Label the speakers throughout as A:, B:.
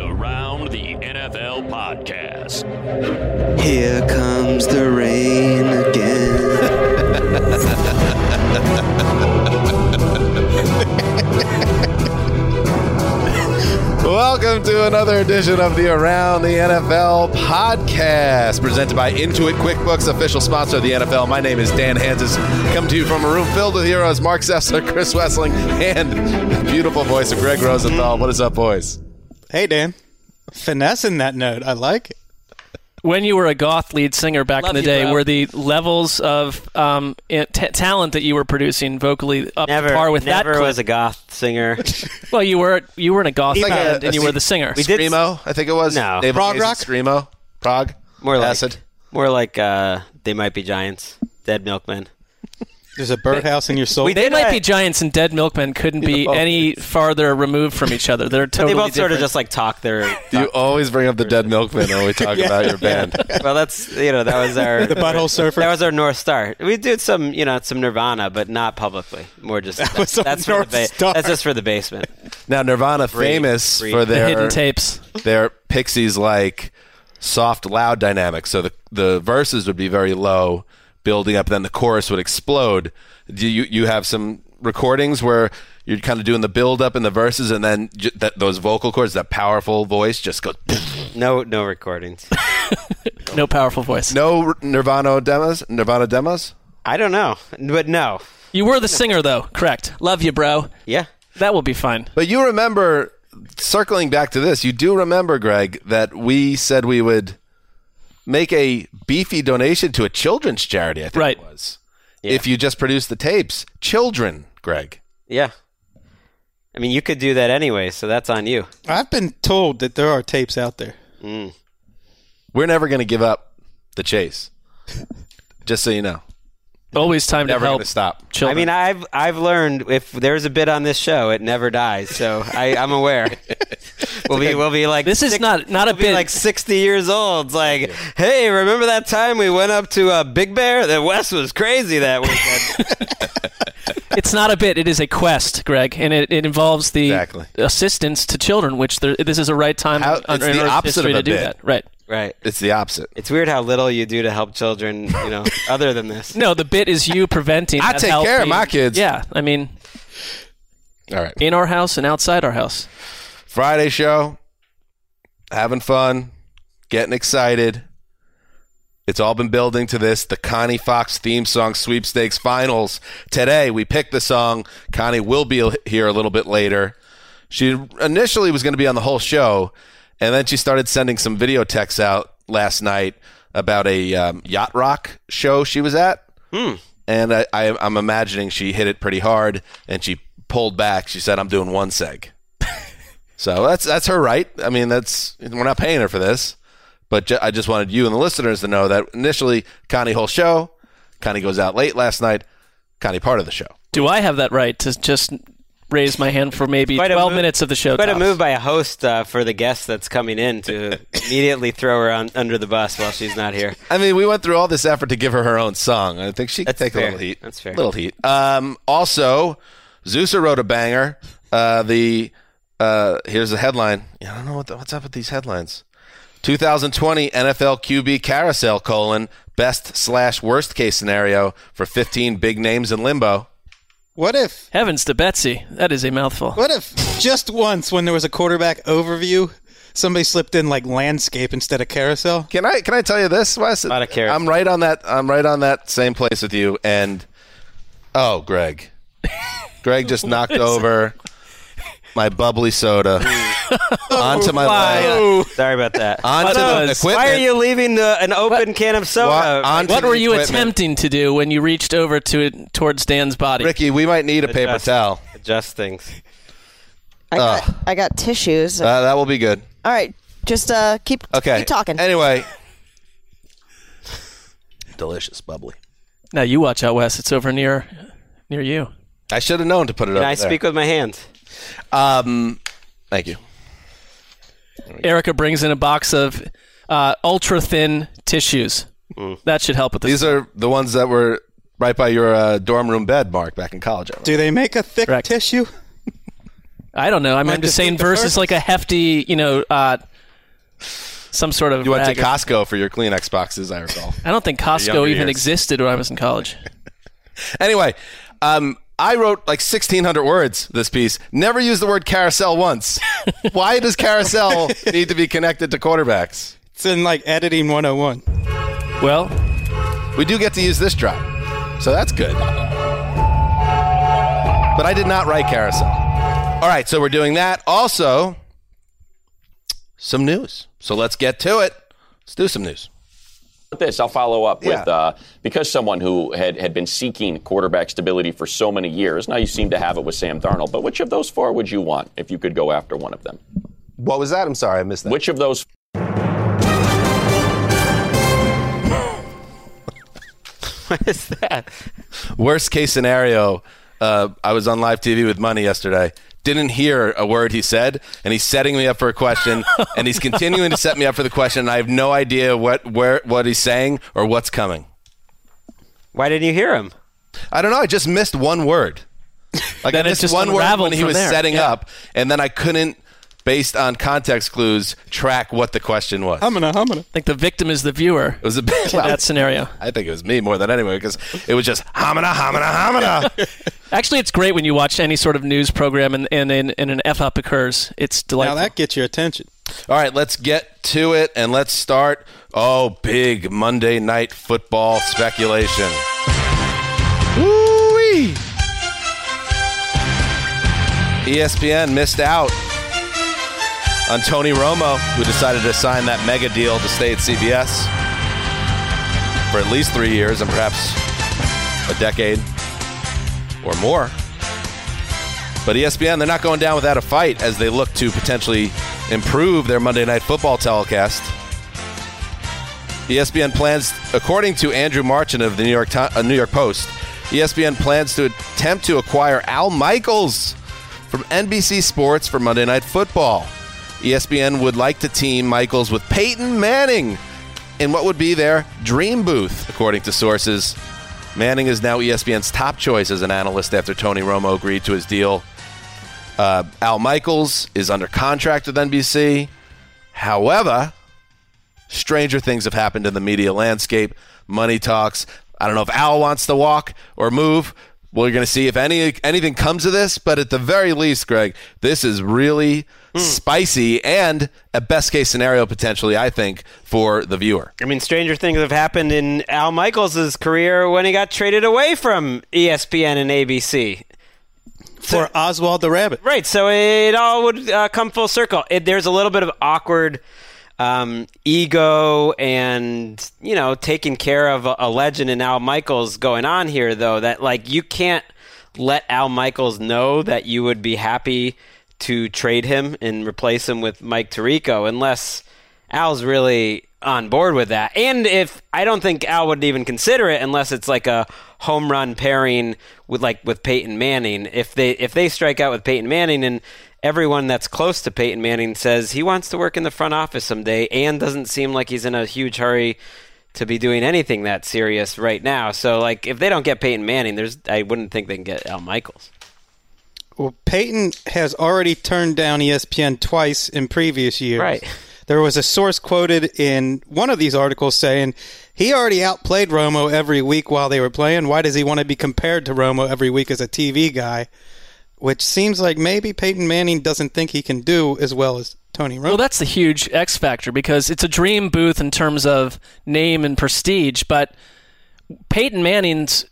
A: Around the NFL podcast.
B: Here comes the rain again.
C: Welcome to another edition of the Around the NFL podcast, presented by Intuit QuickBooks, official sponsor of the NFL. My name is Dan Hanses, coming to you from a room filled with heroes Mark Sessler, Chris Wessling, and the beautiful voice of Greg Rosenthal. What is up, boys?
D: Hey, Dan. Finessing that note. I like it.
E: When you were a goth lead singer back
F: Love
E: in the
F: you,
E: day,
F: bro.
E: were the levels of um, i- t- talent that you were producing vocally up
F: Never,
E: to par with
F: never
E: that? cl-
F: was a goth singer.
E: well, you were you were in a goth
C: Like
E: band
C: a-
E: and you
C: a-
E: were the singer.
F: We did
C: Screamo, I think it was.
F: No.
C: David
D: Prog
C: Hayes'
D: rock?
C: Screamo. Prague.
F: more like
C: Acid.
F: more like uh, they might be giants. Dead Milkmen.
D: There's a birdhouse in your soul.
F: We
E: They
F: did
E: might
F: that.
E: be giants and dead milkmen couldn't be any farther removed from each other. They're
F: They
E: totally
F: both sort of
E: different.
F: just like talk their.
C: You always bring up the dead milkman when we talk about your band.
F: well, that's you know that was our the
D: butthole surfer.
F: That was our north star. We did some you know some Nirvana, but not publicly. More just that
D: was our
F: that's for the
D: North Star.
F: That's just for the basement.
C: Now Nirvana famous
F: free.
C: for
F: The
E: the
C: their
E: hidden tapes.
C: their Pixies like soft loud dynamic. So the the verses would be very low, building up, then the chorus would explode. Do you you have some recordings where you're kind of doing the build up in the verses, and then j- that, those vocal cords, that powerful voice, just goes.
F: No, no recordings.
E: No powerful voice.
C: No Nirvana demos. Nirvana demos.
F: I don't know, but no,
E: You were the singer though, correct? Love you, bro.
F: yeah.
E: That will be fine.
C: But you remember, circling back to this, you do remember, Greg, that we said we would make a beefy donation to a children's charity, I think
E: Right.
C: it was. If you just produce the tapes. Children, Greg.
F: Yeah. I mean, you could do that anyway, so that's on you.
D: I've been told that there are tapes out there.
C: We're never going to give up the chase. Just so you know.
E: Always time
C: Never
E: to
C: going
E: help
C: to stop.
F: I
E: children.
F: mean, I've I've learned if there's a bit on this show, it never dies. So I, I'm aware. we'll be we'll be like
E: This is not- not a
F: we'll be
E: bit-
F: like 60 years old. It's like, hey, remember that time we went up to uh, Big Bear? The West was crazy that weekend.
E: it's not a bit. It is a quest, Greg, and it, it involves the
C: Exactly.
E: assistance to children, which there, this is a right time
C: How-
E: on-
C: it's
E: in
C: the
E: Earth's
C: opposite
E: history
C: of a
E: to do
C: bit.
E: that. Right.
F: right.
C: It's the opposite.
F: It's weird how little you do to help children, you know, other than this.
E: No, the bit is you preventing.
C: I
E: that
C: take
E: help
C: care of
E: being-
C: my kids.
E: Yeah, I mean,
C: All right.
E: in our house and outside our house.
C: Friday show. Having fun. Getting excited. It's all been building to this. The Connie Fox theme song sweepstakes finals. Today, we picked the song. Connie will be here a little bit later. She initially was going to be on the whole show, and then she started sending some video texts out last night about a um, yacht rock show she was at. And I, I, I'm imagining she hit it pretty hard, and she pulled back. She said, "I'm doing one seg." so that's that's her right. I mean, that's we're not paying her for this, but ju- I just wanted you and the listeners to know that initially Connie whole show, Connie goes out late last night, Connie part of the show.
E: Do I have that right to just raise my hand for maybe
F: Quite a
E: 12
F: move-
E: minutes of the show?
F: Quite a
E: tops?
F: move by a host uh, for the guest that's coming in to immediately throw her on, under the bus while she's not here.
C: I mean, we went through all this effort to give her her own song. I think she could
F: That's
C: take a
F: fair.
C: little heat.
F: That's fair.
C: Little heat. Um, also, Zeusa wrote a banger. Uh, the uh, here's the headline. Yeah, I don't know what the, what's up with these headlines. 2020 NFL QB carousel colon best slash worst case scenario for 15 big names in limbo.
D: What if?
E: Heavens to Betsy. That is a mouthful.
D: What if just once when there was a quarterback overview, somebody slipped in like landscape instead of carousel?
C: Can I can I tell you this, Wes?
F: Not a carousel.
C: I'm right on that. I'm right on that same place with you. And oh, Greg, Greg just knocked over my bubbly soda onto my leg,
F: Sorry about that. uh,
C: onto the
E: Buttons.
C: equipment.
F: Why are you leaving the, an open can of soda?
C: Why- onto
E: What
C: the
E: were you
C: equipment.
E: attempting to do when you reached over to it towards Dan's body?
C: Ricky? We might need a paper
F: Adjust-
C: towel.
F: Adjust things.
G: I got, I got tissues.
C: Uh, that will be good.
G: All right, just uh, keep
C: Okay.
G: keep talking.
C: Anyway, delicious bubbly.
E: Now you watch out, Wes. It's over near near you.
C: I should have known to put it
F: Can
C: up
F: I
C: there.
F: speak with my hands?
C: Um, thank you.
E: Erica brings in a box of uh, ultra thin tissues.
C: Mm.
E: That should help with this.
C: These are the ones that were right by your uh, dorm room bed, Mark, back in college. I remember.
D: Do they make a thick
E: Correct.
D: tissue?
E: I don't know. I mean, I'm
D: Might
E: just
D: just
E: saying
D: take the
E: versus
D: first.
E: like a hefty, you know, uh, some sort of.
C: You went to
E: rag or-
C: Costco for your Kleenex boxes, I recall.
E: I don't think Costco
C: younger
E: even
C: years.
E: existed when I was in college.
C: anyway, um, I wrote like 1,600 words this piece. Never use the word carousel once. Why does carousel need to be connected to quarterbacks?
D: It's in like editing 101.
E: Well,
C: We do get to use this drop, so that's good. But I did not write carousel. All right, so we're doing that. Also, some news. So let's get to it. Let's do some news.
A: this. I'll follow up with
C: Yeah.
A: uh, because someone who had, had been seeking quarterback stability for so many years. Now you seem to have it with Sam Darnold. But which of those four would you want if you could go after one of them?
C: What was that? I'm sorry, I missed that.
A: Which of those?
F: What is that?
C: Worst case scenario, uh, I was on live TV with Money yesterday. Didn't hear a word he said, and he's setting me up for a question, and he's continuing to set me up for the question, and I have no idea what where what he's saying or what's coming.
F: Why didn't you hear him?
C: I don't know. I just missed one word. Like
E: Then
C: I
E: it
C: missed
E: just
C: one word
E: unraveled
C: when he
E: from
C: was
E: there.
C: setting
E: Yeah.
C: up, and then I couldn't, based on context clues, track what the question was.
D: I'm gonna, I'm gonna.
E: I think the victim is the viewer
C: it was a bit.
E: in that scenario.
C: I think it was me more than anyone because it was just hamina hamina hamina.
E: Actually, it's great when you watch any sort of news program and, and, and, and an F up occurs. It's
D: Now
E: delightful.
D: that gets your attention.
C: All right, let's get to it and let's start. Oh, big Monday night football speculation. Woo-wee. E ESPN missed out on Tony Romo, who decided to sign that mega deal to stay at CBS for at least three years and perhaps a decade or more. But E ESPN, they're not going down without a fight as they look to potentially improve their Monday Night Football telecast. E ESPN plans, according to Andrew Marchand of the New York, Ti- uh, New York Post, E ESPN plans to attempt to acquire Al Michaels from NBC Sports for Monday Night Football. E ESPN would like to team Michaels with Peyton Manning in what would be their dream booth, according to sources. Manning is now E ESPN's top choice as an analyst after Tony Romo agreed to his deal. Uh, Al Michaels is under contract with NBC. However, stranger things have happened in the media landscape. Money talks. I don't know if Al wants to walk or move. We're going to see if any anything comes of this, but at the very least, Greg, this is really spicy and a best case scenario potentially, I think, for the viewer.
F: I mean, stranger things have happened in Al Michaels' career when he got traded away from E ESPN and ABC.
D: For Oswald the Rabbit.
F: Right. So it all would uh, come full circle. It, there's a little bit of awkward um, ego and, you know, taking care of a, a legend and Al Michaels going on here, though, that, like, you can't let Al Michaels know that you would be happy to trade him and replace him with Mike Tirico, unless Al's really on board with that. And if I don't think Al would even consider it unless it's like a home run pairing with like with Peyton Manning. If they if they strike out with Peyton Manning and everyone that's close to Peyton Manning says he wants to work in the front office someday and doesn't seem like he's in a huge hurry to be doing anything that serious right now. So like if they don't get Peyton Manning, there's I wouldn't think they can get Al Michaels.
D: Well, Peyton has already turned down E ESPN twice in previous years.
F: Right.
D: There was a source quoted in one of these articles saying he already outplayed Romo every week while they were playing. Why does he want to be compared to Romo every week as a TV guy? Which seems like maybe Peyton Manning doesn't think he can do as well as Tony Romo.
E: Well, that's the huge X factor because it's a dream booth in terms of name and prestige, but Peyton Manning's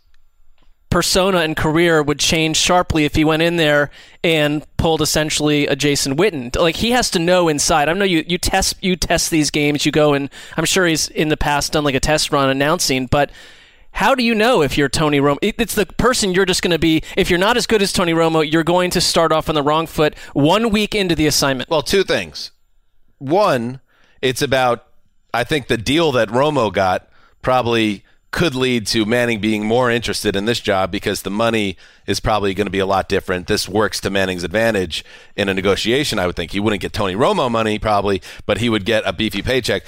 E: persona and career would change sharply if he went in there and pulled essentially a Jason Witten. Like he has to know inside. I know you, you test you test these games. You go and I'm sure he's in the past done like a test run announcing, but how do you know if you're Tony Romo? It- It's the person you're just going to be. If you're not as good as Tony Romo, you're going to start off on the wrong foot one week into the assignment.
C: Well, two things. One, it's about I think the deal that Romo got probably could lead to Manning being more interested in this job because the money is probably going to be a lot different. This works to Manning's advantage in a negotiation, I would think. He wouldn't get Tony Romo money probably, but he would get a beefy paycheck.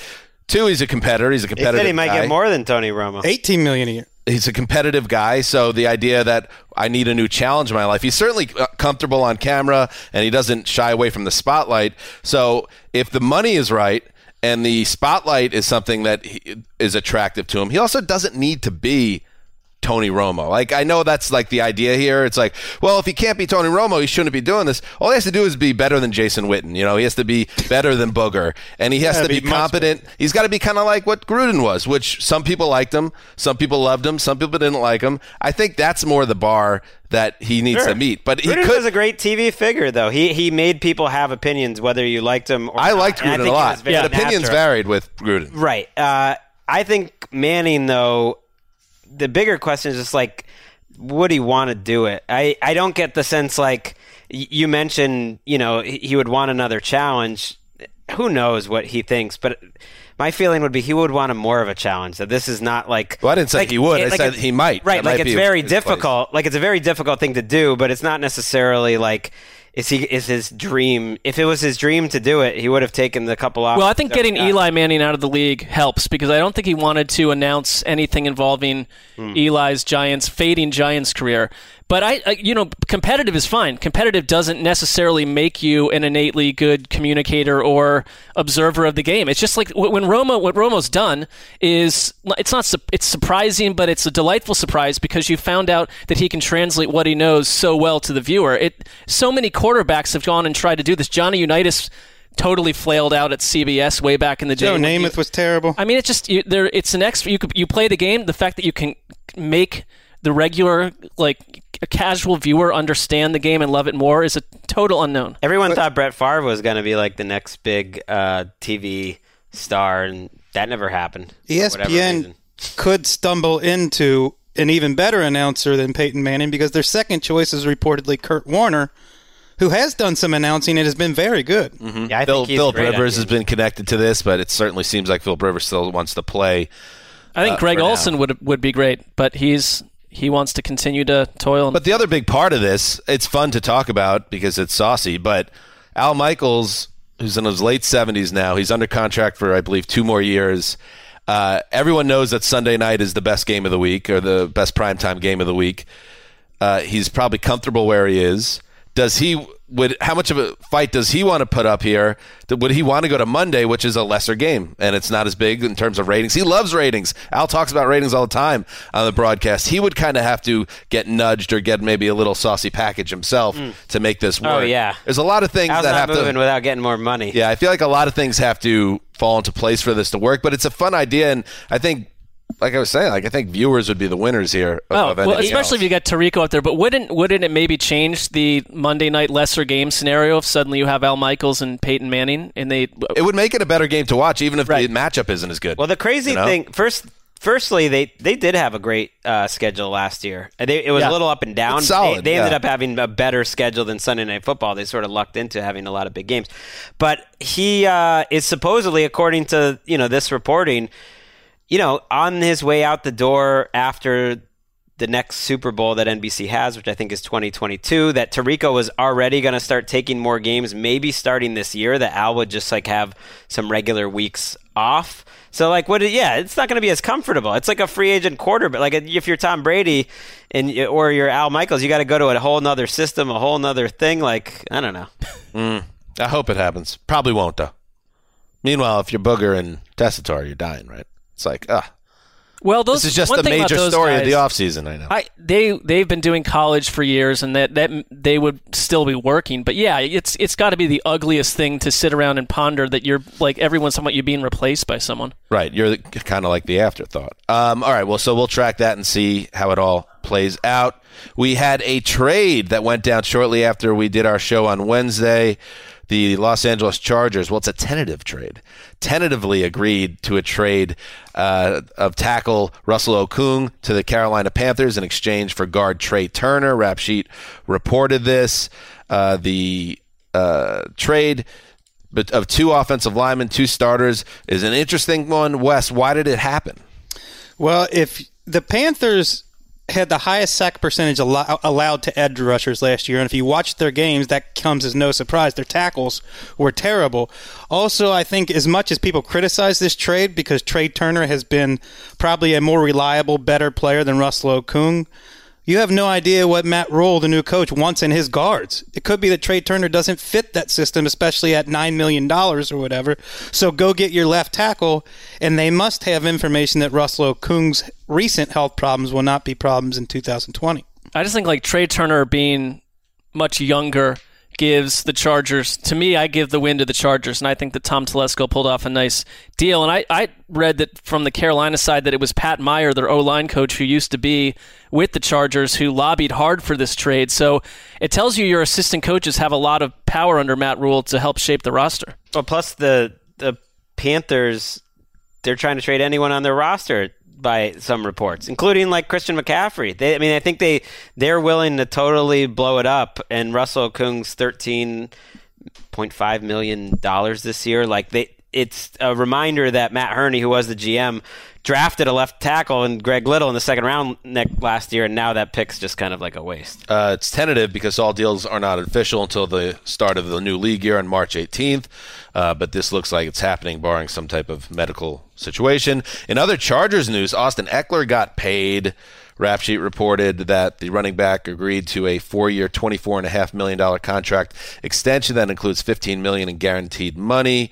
C: Two, he's a competitor. He's a
F: They
C: competitive
F: said he might
C: guy.
F: get more than Tony Romo.
D: 18 million a year.
C: he's a competitive guy. So the idea that I need a new challenge in my life, he's certainly uh, comfortable on camera and he doesn't shy away from the spotlight. So if the money is right and the spotlight is something that he, is attractive to him, he also doesn't need to be. Tony Romo. Like I know that's like the idea here. It's like, well, if he can't be Tony Romo, he shouldn't be doing this. All he has to do is be better than Jason Witten. You know, he has to be better than Booger, and he has
D: Yeah,
C: to be
D: be much
C: competent. He's got to be kind of like what Gruden was, which some people liked him, some people loved him, some people didn't like him. I think that's more the bar that he needs
F: Sure.
C: to meet. But he
F: Gruden
C: could.
F: was a great TV figure, though. He he made people have opinions whether you liked him. or
C: I
F: not.
C: liked
F: And
C: Gruden
F: think
C: a
F: he
C: lot.
F: was very
C: but opinions
F: natural.
C: varied with Gruden.
F: Right. Uh, I think Manning, though, the bigger question is just like, would he want to do it? I, I don't get the sense like y- you mentioned, you know, he he would want another challenge. Who knows what he thinks, but my feeling would be he would want a more of a challenge. That this is not like.
C: Well, I didn't say he would. I said
F: it's-
C: he might.
F: Right.
C: That
F: like
C: might
F: it's
C: be
F: very
C: his place.
F: difficult. Like it's a very difficult thing to do, but it's not necessarily like. Is he is his dream? If it was his dream to do it, he would have taken the couple off.
E: Well, I think getting Eli Manning out of the league helps because I don't think he wanted to announce anything involving Eli's Giants fading Giants career. But I, I, you know, competitive is fine. Competitive doesn't necessarily make you an innately good communicator or observer of the game. It's just like wh- when Roma, what Romo's done is it's not su- it's surprising, but it's a delightful surprise because you found out that he can translate what he knows so well to the viewer. It so many quarterbacks have gone and tried to do this. Johnny Unitas totally flailed out at CBS way back in the day.
D: Joe
E: when you-
D: Namath was terrible.
E: I mean, it's just you, there. It's an extra. You could- you play the game. The fact that you can make the regular like a casual viewer understand the game and love it more is a total unknown.
F: Everyone thought Brett Favre was going to be like the next big uh, TV star, and that never happened. for
C: E
D: E
F: whatever
D: ESPN
F: reason.
D: could stumble into an even better announcer than Peyton Manning because their second choice is reportedly Kurt Warner, who has done some announcing and has been very good.
F: Yeah, I
C: Phil,
F: think he's
C: Philip
F: great at
C: Rivers
F: it.
C: has been connected to this, but it certainly seems like Philip Rivers still wants to play.
E: I
C: Uh,
E: think Greg Olson would would be great, but he's he wants to continue to toil.
C: But the other big part of this, it's fun to talk about because it's saucy, but Al Michaels, who's in his late 70s now, he's under contract for, I believe, two more years. Uh, everyone knows that Sunday night is the best game of the week or the best primetime game of the week. Uh, he's probably comfortable where he is. Does he would how much of a fight does he want to put up here? Th- Would he want to go to Monday, which is a lesser game and it's not as big in terms of ratings? He loves ratings. Al talks about ratings all the time on the broadcast. He would kind of have to get nudged or get maybe a little saucy package himself to make this work.
F: Oh, yeah.
C: there's a lot of things
F: Al's
C: that
F: not
C: have
F: moving
C: to.
F: without getting more money.
C: Yeah, I feel like a lot of things have to fall into place for this to work, but it's a fun idea, and I think, like I was saying, like I think viewers would be the winners here. of-
E: Oh,
C: of
E: well,
C: anything
E: especially
C: else.
E: if you got Tarico out there. But wouldn't wouldn't it maybe change the Monday night lesser game scenario if suddenly you have Al Michaels and Peyton Manning and they
C: it would make it a better game to watch, even if
E: Right.
C: the matchup isn't as good.
F: Well, the crazy
C: You know?
F: thing first firstly, they they did have a great uh, schedule last year. Uh, They, it was
C: Yeah.
F: a little up and down.
C: It's solid,
F: they, they ended
C: yeah.
F: up having a better schedule than Sunday Night Football. They sort of lucked into having a lot of big games. But he uh, is supposedly, according to you know this reporting, you know, on his way out the door after the next Super Bowl that NBC has, which I think is 2022, that Tarico was already going to start taking more games, maybe starting this year, that Al would just like have some regular weeks off. So, like, what, yeah, it's not going to be as comfortable. It's like a free agent quarterback. Like, if you're Tom Brady and or you're Al Michaels, you got to go to a whole nother system, a whole nother thing. Like, I don't know.
C: I hope it happens. Probably won't though. Meanwhile, if you're booger and testator, you're dying, right? It's like, ah,
E: Well, those,
C: this is just
E: one
C: the
E: thing about
C: major
E: those
C: story of
E: guys-
C: the offseason. I know.
E: I they they've been doing college for years, and that that they would still be working. But yeah, it's it's got to be the ugliest thing to sit around and ponder that you're like everyone's talking about you being replaced by someone.
C: Right. You're kind of like the afterthought. Um, all right. Well, so we'll track that and see how it all plays out. We had a trade that went down shortly after we did our show on Wednesday. The Los Angeles Chargers, well, it's a tentative trade, tentatively agreed to a trade uh, of tackle Russell Okung to the Carolina Panthers in exchange for guard Trey Turner. Rap Sheet reported this. Uh, the uh, trade but of two offensive linemen, two starters is an interesting one. Wes, why did it happen?
D: Well, if the Panthers had the highest sack percentage allo- allowed to edge rushers last year, and if you watched their games, that comes as no surprise. Their tackles were terrible. Also, I think as much as people criticize this trade because Trey Turner has been probably a more reliable, better player than Russell Okung. You have no idea what Matt Rule, the new coach, wants in his guards. It could be that Trey Turner doesn't fit that system, especially at $9 million or whatever. So go get your left tackle, and they must have information that Russell Okung's recent health problems will not be problems in 2020.
E: I just think like Trey Turner being much younger gives the Chargers to me I give the win to the Chargers and I think that Tom Telesco pulled off a nice deal and I, I read that from the Carolina side that it was Pat Meyer their O-line coach who used to be with the Chargers who lobbied hard for this trade so it tells you your assistant coaches have a lot of power under Matt Rule to help shape the roster
F: Well, plus the the Panthers, they're trying to trade anyone on their roster by some reports, including like Christian McCaffrey. They, I mean, I think they they're willing to totally blow it up. And Russell Kung's thirteen point five million dollars this year, like they. It's a reminder that Matt Herney, who was the GM, drafted a left tackle and Greg Little in the second round ne- last year, and now that pick's just kind of like a waste.
C: Uh, it's tentative because all deals are not official until the start of the new league year on March 18th. Uh, but this looks like it's happening, barring some type of medical situation. In other Chargers news, Austin Eckler got paid. Rap Sheet reported that the running back agreed to a four-year, twenty-four and a half million dollar contract extension that includes fifteen million in guaranteed money.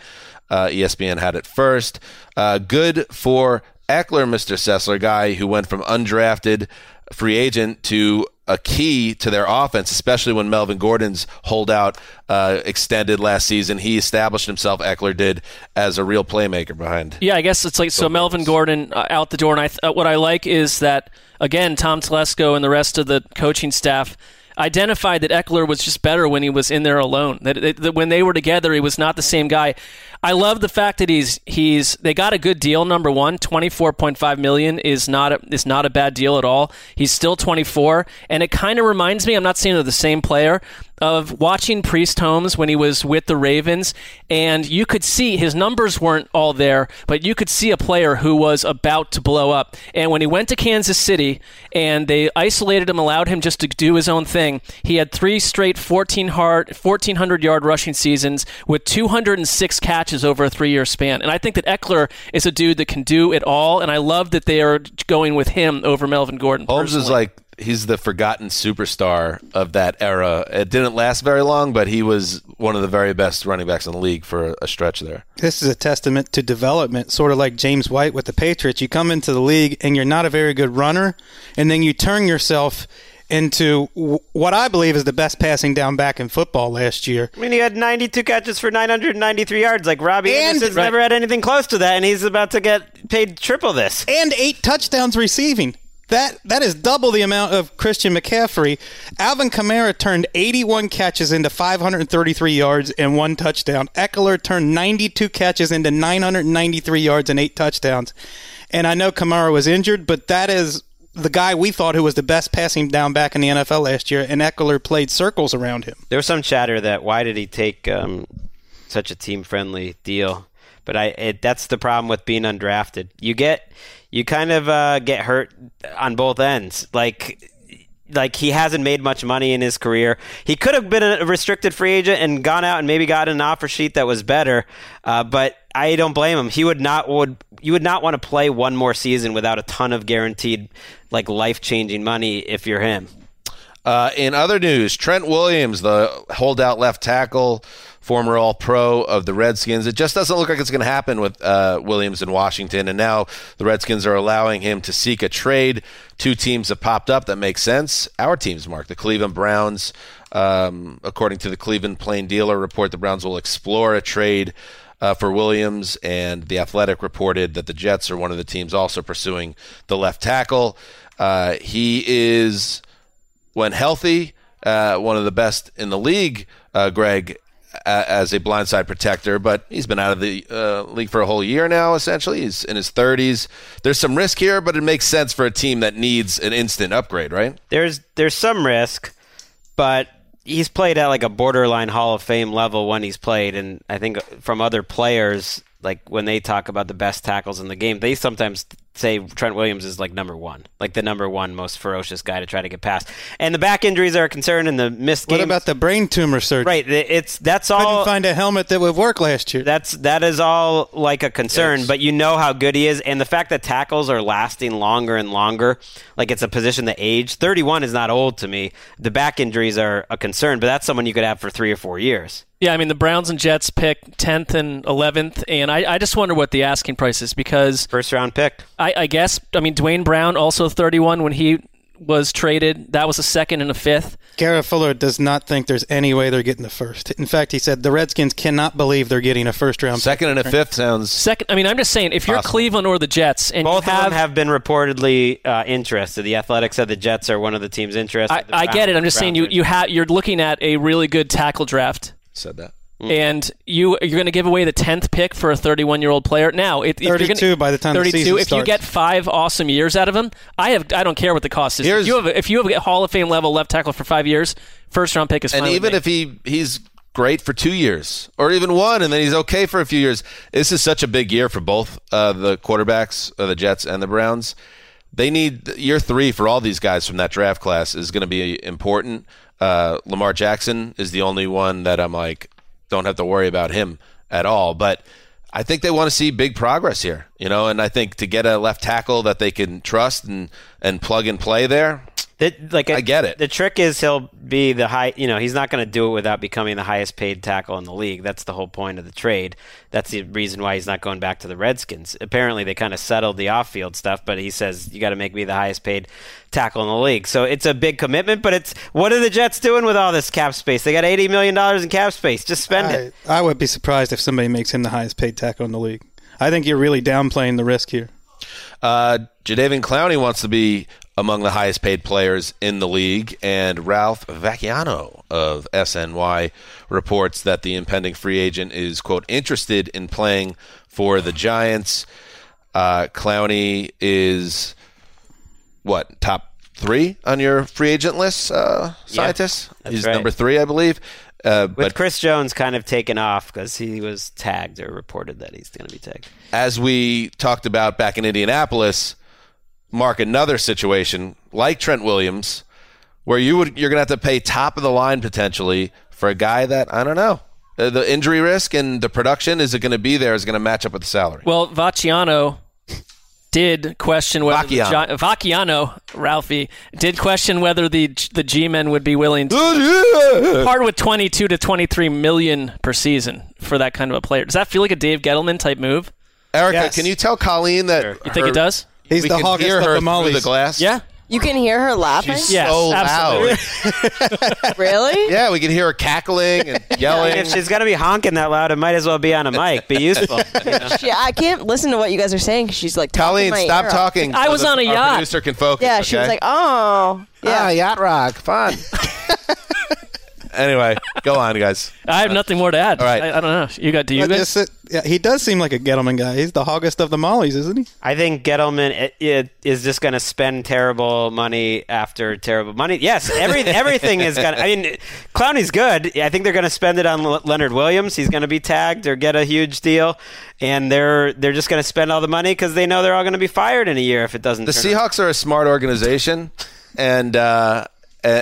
C: Uh, ESPN had it first. Uh, good for Eckler, Mr. Sessler, guy who went from undrafted free agent to a key to their offense, especially when Melvin Gordon's holdout uh, extended last season. He established himself, Eckler did, as a real playmaker behind.
E: Yeah, I guess it's like so. Melvin Gordon uh, out the door, and I th- uh, what I like is that again, Tom Telesco and the rest of the coaching staff identified that Eckler was just better when he was in there alone. That, that, that when they were together, he was not the same guy. I love the fact that he's he's they got a good deal. Number one, twenty four point five million is not a, is not a bad deal at all. He's still twenty four, and it kind of reminds me. I'm not saying they're the same player of watching Priest Holmes when he was with the Ravens, and you could see his numbers weren't all there, but you could see a player who was about to blow up. And when he went to Kansas City and they isolated him, allowed him just to do his own thing, he had three straight 14 hard, 1,400 yard rushing seasons with 206 catches over a three year span. And I think that Eckler is a dude that can do it all, and I love that they are going with him over Melvin Gordon.
C: Holmes is
E: personally.
C: like he's the forgotten superstar of that era. It didn't last very long, but he was one of the very best running backs in the league for a stretch there.
D: This is a testament to development, sort of like James White with the Patriots. You come into the league and you're not a very good runner, and then you turn yourself into w- what I believe is the best passing down back in football last year.
F: I mean, he had 92 catches for 993 yards. Like Robbie
D: And-
F: Anderson's
D: Right.
F: never had anything close to that, and he's about to get paid triple this.
D: and eight touchdowns receiving. That that is double the amount of Christian McCaffrey. Alvin Kamara turned 81 catches into 533 yards and one touchdown. Eckler turned 92 catches into 993 yards and eight touchdowns. And I know Kamara was injured, but that is the guy we thought who was the best passing down back in the NFL last year, and Eckler played circles around him.
F: There was some chatter that why did he take um, such a team friendly deal? But I it, that's the problem with being undrafted. You get you kind of uh, get hurt on both ends. Like like he hasn't made much money in his career. He could have been a restricted free agent and gone out and maybe got an offer sheet that was better. Uh, but I don't blame him. He would not would you would not want to play one more season without a ton of guaranteed like life changing money if you're him.
C: Uh, in other news, Trent Williams, the holdout left tackle, former All Pro of the Redskins, it just doesn't look like it's going to happen with uh, Williams in Washington. And now the Redskins are allowing him to seek a trade. Two teams have popped up that make sense. Our teams, Mark, the Cleveland Browns. Um, according to the Cleveland Plain Dealer report, the Browns will explore a trade uh, for Williams, and the Athletic reported that the Jets are one of the teams also pursuing the left tackle. Uh, he is when healthy, uh, one of the best in the league, uh, Greg, a- as a blindside protector. But he's been out of the uh, league for a whole year now, essentially. He's in his 30s. There's some risk here, but it makes sense for a team that needs an instant upgrade, right?
F: There's there's some risk, but he's played at like a borderline Hall of Fame level when he's played, and I think from other players. Like when they talk about the best tackles in the game, they sometimes say Trent Williams is like number one, like the number one most ferocious guy to try to get past. And the back injuries are a concern, and the missed
D: What
F: games-
D: about the brain tumor surgery?
F: right? It's that's
D: Couldn't
F: all.
D: find a helmet that would work last year.
F: That's that is all like a concern,
C: Yes.
F: but you know how good he is, and the fact that tackles are lasting longer and longer, like it's a position that age. Thirty-one is not old to me. The back injuries are a concern, but that's someone you could have for three or four years.
E: Yeah, I mean the Browns and Jets pick tenth and eleventh, and I, I just wonder what the asking price is because
F: First round pick.
E: I, I guess I mean Dwayne Brown also thirty one when he was traded. That was a second and a fifth.
D: Garrett Fuller does not think there's any way they're getting the first. In fact, he said the Redskins cannot believe they're getting a first round.
C: Second and a fifth sounds.
E: Second, I mean I'm just saying if you're
C: Possible.
E: Cleveland or the Jets and
F: Both
E: you
F: of
E: have,
F: them have been reportedly uh, interested. The Athletics said the Jets are one of the teams interested.
E: I,
F: The
E: I get
F: Browns-
E: it. I'm just saying you
F: Browns are-
E: you have you're looking at a really good tackle draft.
C: Said that.
D: Mm.
E: and you you're going to give away the tenth pick for a 31 year old player. Now, it,
D: 32
E: if you're gonna,
D: by the time the
E: 32,
D: season
E: if you
D: starts.
E: get five awesome years out of him, I have I don't care what the cost is.
C: Here's-
E: if you have a, if you have a Hall of Fame level left tackle for five years, first round pick is
C: And
E: fine with
C: even
E: me.
C: if he he's great for two years or even one, and then he's okay for a few years, this is such a big year for both uh, the quarterbacks, uh, the Jets and the Browns. They need year three for all these guys from that draft class is going to be important. Uh, Lamar Jackson is the only one that I'm like, don't have to worry about him at all. But I think they want to see big progress here, you know. And I think to get a left tackle that they can trust and and plug and play there,
F: That- like
C: I get it.
F: The trick is he'll be the high. You know, he's not going to do it without becoming the highest paid tackle in the league. That's the whole point of the trade. That's the reason why he's not going back to the Redskins. Apparently, they kind of settled the off field stuff, but he says you got to make me the highest paid tackle in the league. So it's a big commitment. But it's what are the Jets doing with all this cap space? They got eighty million dollars in cap space. Just spend
D: I,
F: it.
D: I would be surprised if somebody makes him the highest paid tackle in the league. I think you're really downplaying the risk here.
C: Uh, Jadavian Clowney wants to be among the highest paid players in the league, and Ralph Vacchiano of SNY reports that the impending free agent is, quote, interested in playing for the Giants. Uh, Clowney is, what, top three on your free agent list, uh, scientists?
F: that's
C: He's
F: right.
C: number three, I believe. Uh,
F: With
C: but
F: Chris Jones kind of taken off because he was tagged or reported that he's going to be tagged.
C: as we talked about back in Indianapolis, Mark, another situation like Trent Williams, where you would you're gonna have to pay top of the line potentially for a guy that I don't know. Uh, The injury risk and the production is it going to be there? Is it going to match up with the salary?
E: well, Vacciano did question whether the
C: Vacchiano.
E: Gi- Vacchiano Ralphie did question whether the the G men would be willing to part with 22 to 23 million per season for that kind of a player. Does that feel like a Dave Gettleman type move?
C: Erica,
D: Yes.
C: can you tell Colleen that
E: You think it does?
D: He's
C: we
D: the
C: can
D: hoggest
C: hear
D: of
C: her
D: the
C: through
D: mollies.
C: the glass?
E: Yeah.
G: You can hear her laughing.
C: She's
E: Yes,
C: so loud.
E: absolutely.
G: Really?
C: yeah, we can hear her cackling and yelling.
F: If she's going to be honking that loud, it might as well be on a mic. Be useful. you know?
G: She, I can't listen to what you guys are saying. 'cause She's like,
C: Colleen,
G: talking my
C: stop
G: ear off.
C: talking.
E: I
C: so
E: was
C: that
E: on a
C: our
E: yacht.
C: Producer can focus.
G: Yeah, she was
C: okay?
G: like, oh, yeah.
C: Ah, yacht rock, fun. anyway, go on, guys.
E: I have nothing more to add.
C: All right.
E: I, I don't know. You got? Do you
D: But
E: guys?
D: just that- yeah, he does seem like a Gettleman guy. He's the hoggest of the mollies, isn't he?
F: I think Gettleman i- i- is just going to spend terrible money after terrible money. Yes, every, everything is going. to I mean, Clowney's good. I think they're going to spend it on Le- Leonard Williams. He's going to be tagged or get a huge deal, and they're they're just going to spend all the money because they know they're all going to be fired in a year if it doesn't.
C: The
F: turn out.
C: Seahawks are a smart organization, and uh, uh,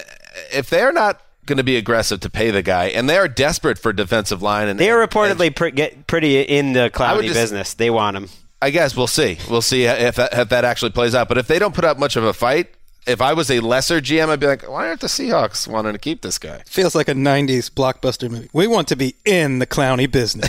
C: if they're not going to be aggressive to pay the guy, and they are desperate for defensive line, and
F: They are
C: and-
F: reportedly pre- get pretty in the
C: would
F: cloudy
C: just-
F: business. They want him.
C: I guess we'll see. We'll see if that, if that actually plays out. But if they don't put up much of a fight, if I was a lesser GM, I'd be like, why aren't the Seahawks wanting to keep this guy?
D: Feels like a '90s blockbuster movie. We want to be in the clowny business.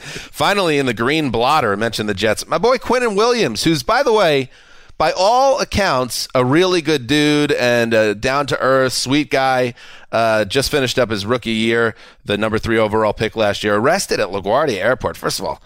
C: Finally, in the green blotter, mentioned the Jets. My boy Quinton Williams, who's, by the way, by all accounts, a really good dude and a down to earth, sweet guy. Uh, just finished up his rookie year, the number three overall pick last year, arrested at LaGuardia Airport. First of all,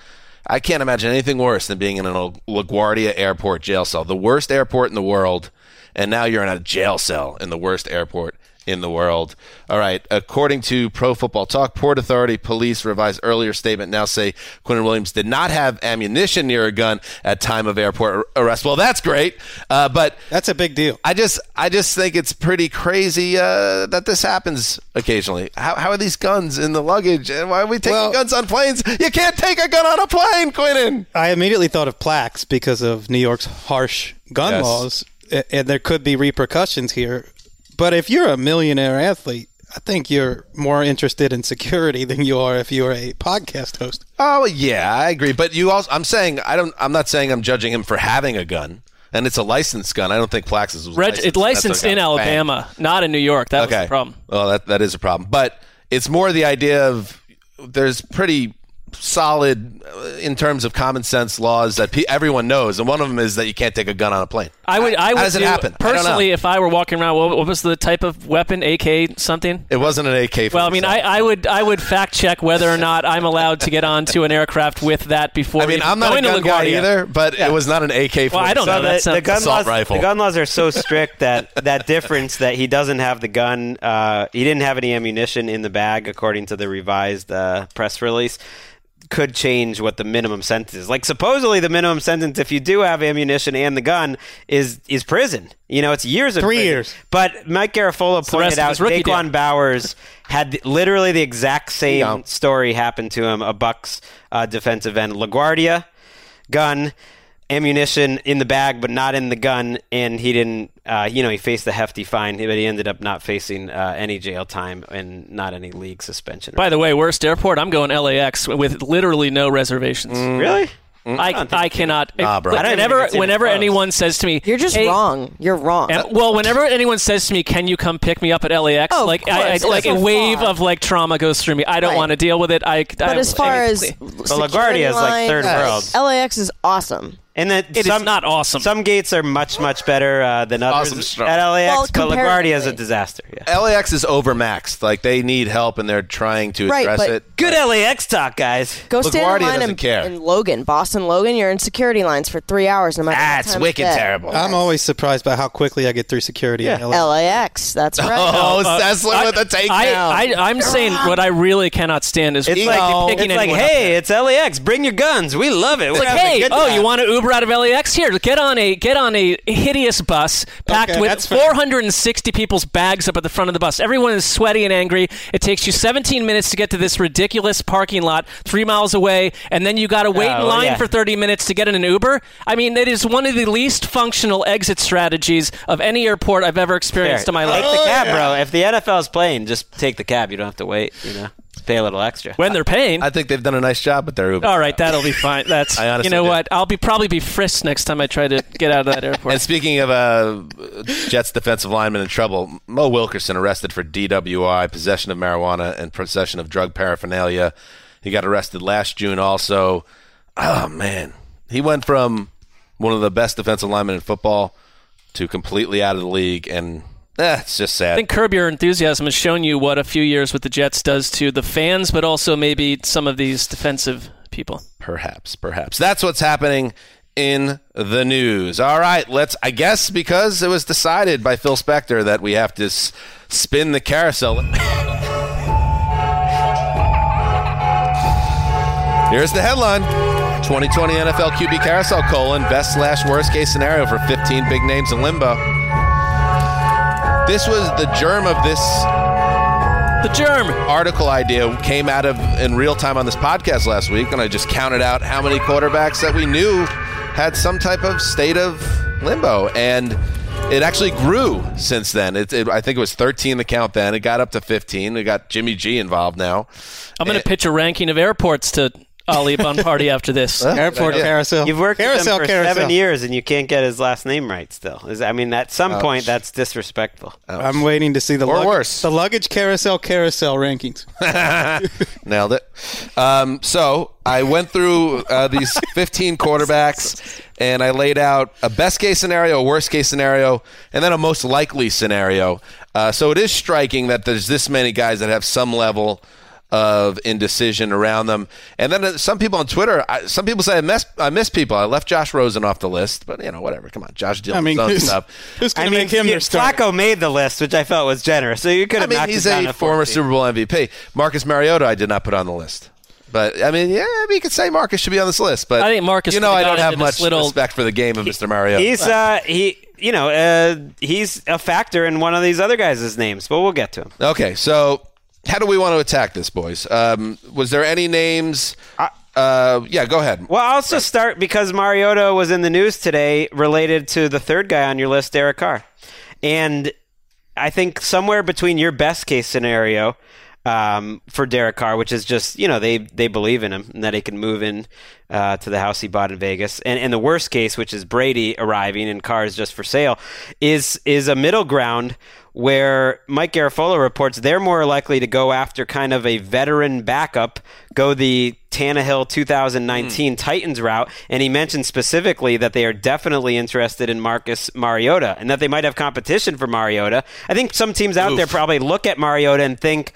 C: I can't imagine anything worse than being in a LaGuardia Airport jail cell, the worst airport in the world. And now you're in a jail cell in the worst airport in the world. All right. According to Pro Football Talk, Port Authority police revised earlier statement now say Quinton Williams did not have ammunition near a gun at time of airport ar- arrest. Well, that's great, uh, but
D: That's a big deal.
C: I just I just think it's pretty crazy uh, that this happens occasionally. How, how are these guns in the luggage, and why are we taking
D: Well-
C: guns on planes? You can't take a gun on a plane, Quinton.
D: I immediately thought of plaques because of New York's harsh gun
C: Yes.
D: laws, a- and there could be repercussions here. But if you're a millionaire athlete, I think you're more interested in security than you are if you're a podcast host.
C: Oh yeah, I agree. But you also, I'm saying I don't. I'm not saying I'm judging him for having a gun, and it's a licensed gun. I don't think Plaxis was
E: Reg-
C: licensed.
E: it licensed
C: That's okay.
E: in
C: Bang.
E: Alabama, not in New York. That was
C: Okay,
E: the problem.
C: Well, that that is a problem. But it's more the idea of there's pretty solid uh, in terms of common sense laws that pe- everyone knows, and one of them is that you can't take a gun on a plane.
E: I would. I
C: How
E: would
C: does it
E: do-
C: happen? I don't know.
E: personally if I were walking around. What, what was the type of weapon? AK something.
C: It wasn't an AK.
E: Well, I mean, I, I would I would fact check whether or not I'm allowed to get onto an aircraft with that before.
C: I mean,
E: even
C: I'm not a
E: going to
C: gun guy
E: LaGuardia.
C: either, but it was not an AK.
E: Well, I don't know.
F: So
E: That's
F: the, the
E: not-
F: gun
C: assault
F: laws,
C: rifle.
F: the gun laws are so strict that that difference that he doesn't have the gun. Uh, he didn't have any ammunition in the bag, according to the revised uh, press release. Could change what the minimum sentence is. Like supposedly, the minimum sentence if you do have ammunition and the gun is is prison. You know, it's years of
D: Three
F: prison.
D: years.
F: But Mike Garafolo
E: the rest
F: pointed
E: of
F: out
E: his rookie deal.
F: Daquan Bowers had the- literally the exact same
C: Yeah.
F: story happened to him. A Bucks uh, defensive end, Laguardia, gun, ammunition in the bag, but not in the gun, and he didn't. Uh, you know, he faced a hefty fine, but he ended up not facing uh, any jail time and not any league suspension.
E: By the way, worst airport. I'm going LAX with literally no reservations.
F: really,
E: I,
G: Mm.
E: I cannot.
C: Mm. Nah, bro.
E: But
C: I
F: don't even think
E: whenever
F: it's even
E: whenever
F: close.
E: anyone says to me,
G: You're just
E: "Hey,
G: wrong. You're wrong.
E: am- well, whenever anyone says to me, "Can you come pick me up at LAX?"
G: Oh, of
E: like I, I,
G: course.
E: like
G: It's
E: a
G: so
E: wave
G: far.
E: of like trauma goes through me. I don't
G: Right.
E: want to deal with it. I.
G: but
E: I,
G: as far
E: it's-
G: as
F: LaGuardia is like third world.
G: LAX is awesome.
F: and that
E: It is
F: some
E: not awesome.
F: Some gates are much much better uh, than others
C: Awesome stuff.
F: at LAX,
G: Well,
F: but LaGuardia is a
G: comparatively.
F: disaster. Yeah.
C: LAX is overmaxed. Like they need help, and they're trying to
G: Right,
C: address
G: but
C: it.
F: Good LAX talk, guys.
G: Go stand
C: LaGuardia
G: in line
C: doesn't
G: in,
C: care.
G: in Logan, Boston Logan. You're in security lines for three hours. No matter what
C: That's
G: time of
C: wicked
G: day.
C: terrible.
D: I'm always surprised by how quickly I get through security. in LA.
G: LAX. That's right.
C: Oh,
F: Uh,
C: Sessler
E: Uh, I-
C: with a takedown.
E: I, I, I'm saying what I really cannot stand is
F: It's
E: people
F: like,
E: picking
F: it's like
E: anyone up there.
F: hey, it's LAX. Bring your guns. We love it. We're
E: Like,
F: having a
E: hey,
F: good
E: oh,
F: time."
E: you want to Uber out of LAX? Here, get on a get on a hideous bus packed
D: Okay,
E: with
D: that's fair.
E: 460 people's bags up at the front of the bus. Everyone is sweaty and angry. It takes you 17 minutes to get to this ridiculous parking lot three miles away, and then you got to wait
F: Oh,
E: in line
F: yeah.
E: for 30 minutes to get in an Uber. I mean, that is one of the least functional exit strategies of any airport I've ever experienced in my life.
F: Take the cab, bro. If the NFL is playing, just take the cab. You don't have to wait. You know, pay a little extra.
E: when they're paying.
C: I think they've done a nice job with their Uber.
E: All right, that'll be fine. That's
C: I honestly
E: you know
C: do.
E: what? I'll be probably be frisked next time I try to get out of that airport.
C: And speaking of uh, Jets defensive lineman in trouble, Mo Wilkerson arrested for DWI, possession of marijuana, and possession of drug paraphernalia. He got arrested last June also. Ah, Oh, man. He went from one of the best defensive linemen in football to completely out of the league, and that's just sad.
E: I think Curb Your Enthusiasm has shown you what a few years with the Jets does to the fans, but also maybe some of these defensive people.
C: Perhaps, perhaps. That's what's happening in the news. All right, let's, I guess, because it was decided by Phil Spector that we have to s- spin the carousel. Here's the headline 2020 NFL QB carousel colon, best slash worst case scenario for 15 big names in limbo. This was the germ of this
E: The germ.
C: article idea came out of in real time on this podcast last week, and I just counted out how many quarterbacks that we knew had some type of state of limbo, and it actually grew since then. It, it, I think it was 13 the count then. It got up to 15. We got Jimmy G involved now.
E: I'm
C: Eh.
E: going to pitch a ranking of airports to Ali Bonparty after this.
D: Airport carousel.
F: You've worked with
D: carousel
F: him for
D: carousel.
F: seven years, and you can't get his last name right. Still, Is- I mean, at some point, that's disrespectful.
D: I'm waiting to see the
C: Or
D: lug-
C: worse.
D: the luggage carousel carousel rankings.
C: Nailed it. Um, so I went through uh, these 15 quarterbacks and I laid out a best case scenario, a worst case scenario, and then a most likely scenario. Uh, so it is striking that there's this many guys that have some level of indecision around them. And then uh, some people on Twitter, I, some people say I miss, I miss people. I left Josh Rosen off the list, but you know, whatever. Come on, Josh Dillon.
D: I mean, who's, who's going
F: I
D: to
F: mean,
D: make him
F: you-
D: their star?
F: Flacco made the list, which I felt was generous. So you could
C: I
F: have
C: mean,
F: knocked
C: he's
F: it down
C: a
F: to
C: former
F: 14.
C: Super Bowl MVP. Marcus Mariota, I did not put on the list. But I mean, yeah, we could say Marcus should be on this list. But
E: I think Marcus
C: you know, I
E: got
C: don't
E: into
C: have
E: this
C: much
E: little-
C: respect for the game of Mr. Mariota.
F: He's uh, he, you know, uh, he's a factor in one of these other guys' names, but we'll get to him.
C: okay, so how do we want to attack this, boys? Um, was there any names? Uh, yeah, go ahead.
F: Well, I'll also start because Mariota was in the news today related to the third guy on your list, Derek Carr. And I think somewhere between your best case scenario um, for Derek Carr, which is just, you know, they, they believe in him and that he can move in uh, to the house he bought in Vegas, and, and the worst case, which is Brady arriving and Carr is just for sale, is, is a middle ground where Mike Garafolo reports they're more likely to go after kind of a veteran backup, go the Tannehill 2019 Titans route, and he mentioned specifically that they are definitely interested in Marcus Mariota and that they might have competition for Mariota. I think some teams out there probably look at Mariota and think,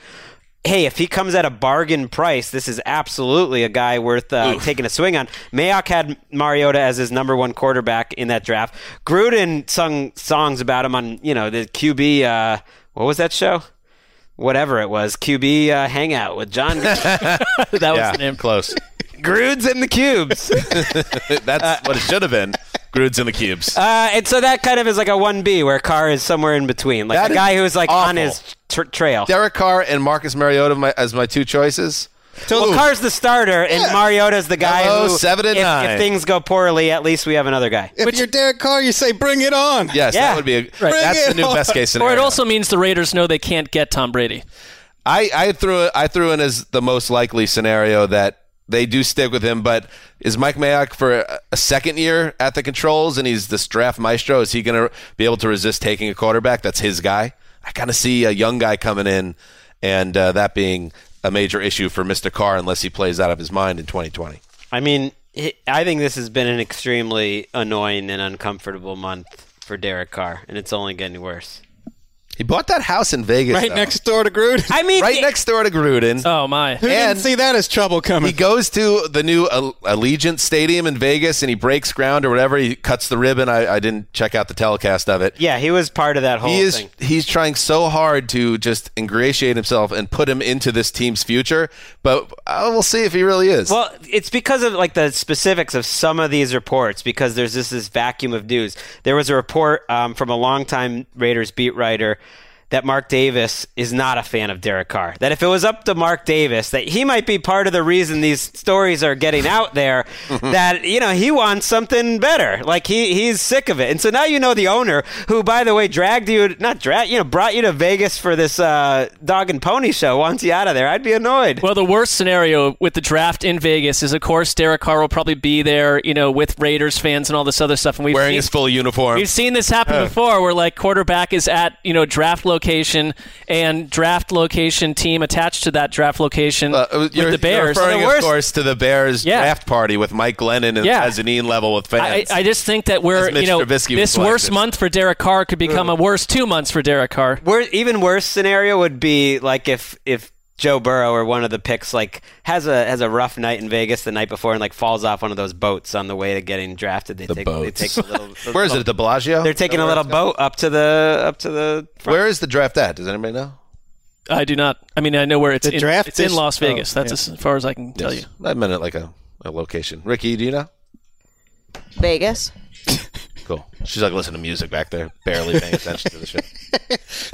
F: hey, if he comes at a bargain price, this is absolutely a guy worth uh, taking a swing on. Mayock had Mariota as his number one quarterback in that draft. Gruden sung songs about him on, you know, the QB, uh, what was that show? Whatever it was, QB uh, hangout with John
E: That was
C: yeah,
E: the name.
C: close.
F: Grudes and the Cubes.
C: That's what it should have been. Grudes in the cubes.
F: Uh, and so that kind of is like a 1B where Carr is somewhere in between. Like
C: That
F: a
C: is
F: guy who's like on
C: awful.
F: his tr trail.
C: Derek Carr and Marcus Mariota my, as my two choices.
F: Well, Carr's the starter, and Mariota's the guy
C: Hello,
F: who,
C: seven and
F: if,
C: nine.
F: if things go poorly, at least we have another guy.
D: if you're Derek Carr, you say, bring it on.
C: Yes,
F: Yeah.
C: that would be a,
D: Bring
C: that's the
D: it
C: new
D: on.
C: best case
E: Or
C: scenario.
E: it also means the Raiders know they can't get Tom Brady.
C: I, I threw I threw in as the most likely scenario that they do stick with him, but is Mike Mayock for a, a second year at the controls and he's this draft maestro? Is he going to be able to resist taking a quarterback? That's his guy. I kind of see a young guy coming in and uh, that being a major issue for Mr. Carr unless he plays out of his mind in 2020.
F: I mean, he- I think this has been an extremely annoying and uncomfortable month for Derek Carr, and it's only getting worse.
C: He bought that house in Vegas.
D: Right
C: though.
D: next door to Gruden.
F: I mean,
C: right next door to Gruden.
E: Oh, my.
D: Who
C: And-
D: didn't see that as trouble coming?
C: He goes to the new Al- Allegiant Stadium in Vegas and he breaks ground or whatever. He cuts the ribbon. I, I didn't check out the telecast of it.
F: Yeah, he was part of that whole
C: He is
F: thing.
C: he's trying so hard to just ingratiate himself and put him into this team's future, but uh, we'll see if he really is.
F: Well, it's because of like the specifics of some of these reports because there's just this vacuum of news. There was a report um, from a longtime Raiders beat writer that Mark Davis is not a fan of Derek Carr. That if it was up to Mark Davis, that he might be part of the reason these stories are getting out there. that you know he wants something better. Like he he's sick of it. And so now you know the owner, who by the way dragged you not drag you know brought you to Vegas for this uh, dog and pony show. Wants you out of there. I'd be annoyed.
E: Well, the worst scenario with the draft in Vegas is, of course, Derek Carr will probably be there, you know, with Raiders fans and all this other stuff. And we've
C: Wearing
E: seen,
C: his full uniform.
E: we've seen this happen before, where like quarterback is at you know draft location and draft location team attached to that draft location
C: Uh,
E: with
C: you're,
E: the Bears.
C: you're referring,
F: The
C: of
F: worst-
C: course, to the Bears
E: Yeah.
C: draft party with Mike Glennon and
E: Yeah.
C: the mezzanine level with
E: I,
C: fans.
E: I just think that we're
C: As Mitch
E: you know
C: Trubisky was
E: this worse
C: selected.
E: month for Derek Carr could become a worse two months for Derek Carr.
F: Wor- even worse scenario would be like if if Joe Burrow or one of the picks like has a has a rough night in Vegas the night before and like falls off one of those boats on the way to getting drafted. They
C: The
F: take
C: boats.
F: they take a little. a
C: Where is it? At
F: little-
C: the Bellagio?
F: They're taking a little boat up to the up to the. front.
C: Where is the draft at? Does anybody know?
E: I do not. I mean, I know where it's
D: The
E: in,
D: draft
E: It's in
D: is-
E: Las
D: oh,
E: Vegas. That's as far as I can tell you.
C: I meant it like a, a location. Ricky, do you know?
G: Vegas.
C: Cool. She's like listening to music back there, barely paying attention to the shit.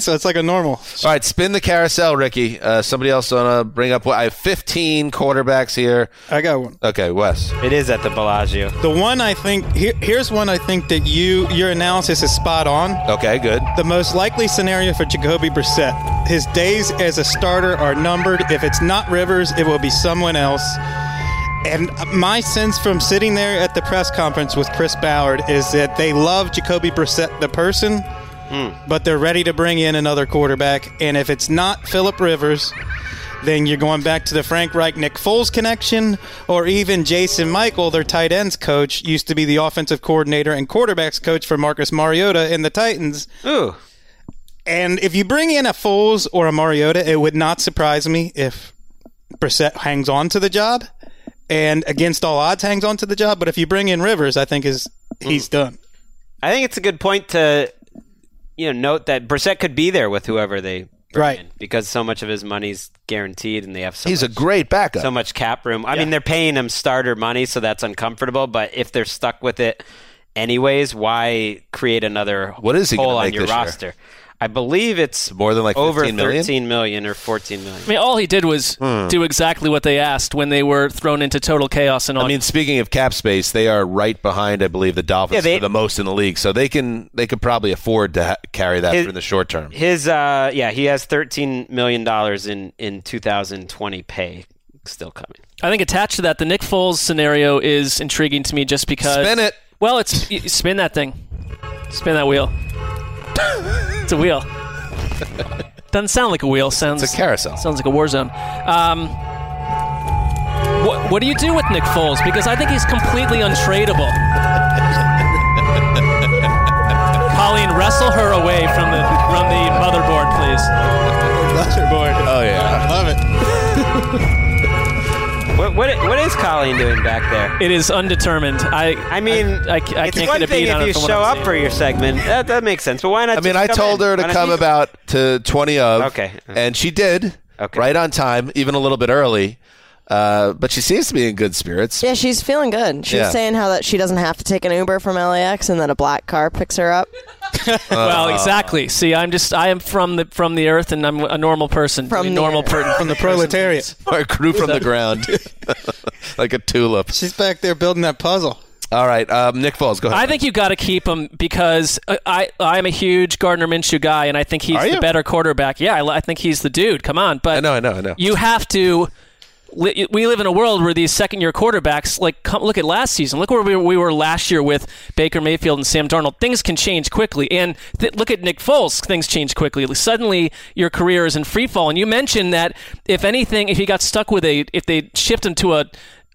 D: So it's like a normal.
C: All right, spin the carousel, Ricky. Uh, somebody else want to bring up? I have 15 quarterbacks here.
D: I got one.
C: Okay, Wes.
F: It is at the Bellagio.
D: The one I think here, here's one I think that you your analysis is spot on.
C: Okay, good.
D: The most likely scenario for Jacoby Brissett. His days as a starter are numbered. If it's not Rivers, it will be someone else. And my sense from sitting there at the press conference with Chris Ballard is that they love Jacoby Brissett, the person, but they're ready to bring in another quarterback. And if it's not Philip Rivers, then you're going back to the Frank Reich, Nick Foles connection, or even Jason Michael, their tight ends coach, used to be the offensive coordinator and quarterbacks coach for Marcus Mariota and the Titans.
F: Ooh,
D: And if you bring in a Foles or a Mariota, it would not surprise me if Brissett hangs on to the job and against all odds hangs on to the job. But if you bring in Rivers, I think is he's done.
F: I think it's a good point to you know note that Brissett could be there with whoever they bring
D: Right.
F: in because so much of his money's guaranteed and they have so
C: He's a
F: much.
C: great backup.
F: so much cap room. I mean, they're paying him starter money, so that's uncomfortable. But if they're stuck with it anyways, why create another
C: What is he gonna
F: hole on
C: make
F: your
C: this year?
F: roster? I believe it's
C: More than like
F: over
C: 15 million?
F: 13 million or 14 million.
E: I mean, all he did was
C: Hmm.
E: do exactly what they asked when they were thrown into total chaos and all.
C: I mean, speaking of cap space, they are right behind, I believe, the Dolphins
F: Yeah, they-
C: for the most in the league, so they can they could probably afford to ha- carry that
F: His-
C: in the short term.
F: His uh yeah, he has 13 million dollars in in 2020 pay still coming.
E: I think attached to that, the Nick Foles scenario is intriguing to me just because.
C: Spin it.
E: Well, it's y- spin that thing, spin that wheel. it's a wheel. Doesn't sound like a wheel. Sounds
C: It's a carousel.
E: Sounds like a war zone. Um, what, what do you do with Nick Foles? Because I think he's completely untradeable. Colleen, wrestle her away from the from the motherboard, please.
C: Oh yeah,
D: Love it.
F: What what, what is Colleen doing back there?
E: It is undetermined. I
F: I mean,
E: I, I can't
F: it's
E: get
F: one
E: a
F: thing
E: beat on
F: if
E: it
F: you
E: from what
F: show
E: I'm
F: up
E: seeing.
F: for your segment. That, that makes sense. But why not?
C: I mean,
F: just
C: I
F: come
C: told
F: in?
C: her
F: Why
C: to
F: not
C: come
F: just-
C: about to twenty of,
F: Okay.
C: and she did,
F: Okay.
C: right on time, even a little bit early. Uh, but she seems to be in good spirits.
G: Yeah, she's feeling good. She's
C: Yeah.
G: saying how that she doesn't have to take an Uber from LAX and that a black car picks her up
E: Well, exactly. See, I'm just I am from the from the earth, and I'm a normal person.
G: From
E: a
G: the
E: normal
G: earth.
E: person.
D: From the proletariat.
C: Or grew from the ground like a tulip.
D: She's back there building that puzzle.
C: All right, um, Nick Foles, go ahead.
E: I think you got to keep him because I, I I'm a huge Gardner Minshew guy, and I think he's
C: Are you?
E: the better quarterback. Yeah, I, li- I think he's the dude. Come on, but
C: I know, I know, I know.
E: you have to. li- We live in a world where these second-year quarterbacks, like, come, look at last season. Look where we, we were last year with Baker Mayfield and Sam Darnold. Things can change quickly, and th- look at Nick Foles. Things change quickly. Suddenly, your career is in free fall. And you mentioned that if anything, if he got stuck with a, if they shift him to a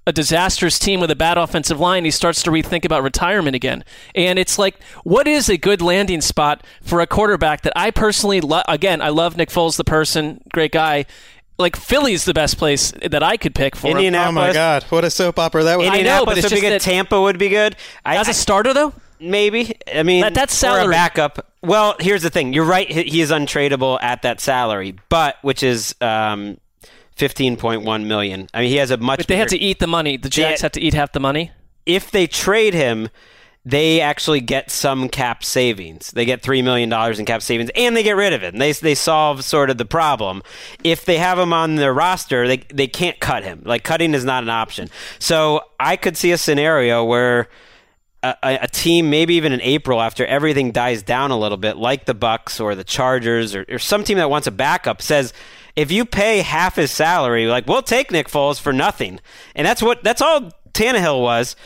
E: a disastrous team with a bad offensive line, he starts to rethink about retirement again. And it's like, what is a good landing spot for a quarterback that I personally love? Again, I love Nick Foles, the person, great guy. Like Philly's the best place that I could pick for him. Um,
F: Indianapolis.
D: Oh my God, what a soap opera that was.
E: know,
F: Indianapolis
E: but it's
F: would be
E: just
F: good.
E: that-
F: Tampa would be good. I,
E: As
F: I-
E: a starter, though,
F: maybe. I mean,
E: That- that's
F: or a
E: salary.
F: backup. Well, here's the thing. You're right. He he is untradeable at that salary, but which is um, 15.1 million. I mean, he has a much.
E: but they have
F: bigger-
E: to eat the money. The Jacks
F: Yeah.
E: have to eat half the money.
F: if they trade him, they actually get some cap savings. They get three million dollars in cap savings, and they get rid of him. They they solve sort of the problem. If they have him on their roster, they they can't cut him. Like cutting is not an option. So I could see a scenario where. A, a a team, maybe even in April, after everything dies down a little bit, like the Bucks or the Chargers or, or some team that wants a backup, says, if you pay half his salary, like we'll take Nick Foles for nothing, and that's what that's all Tannehill was.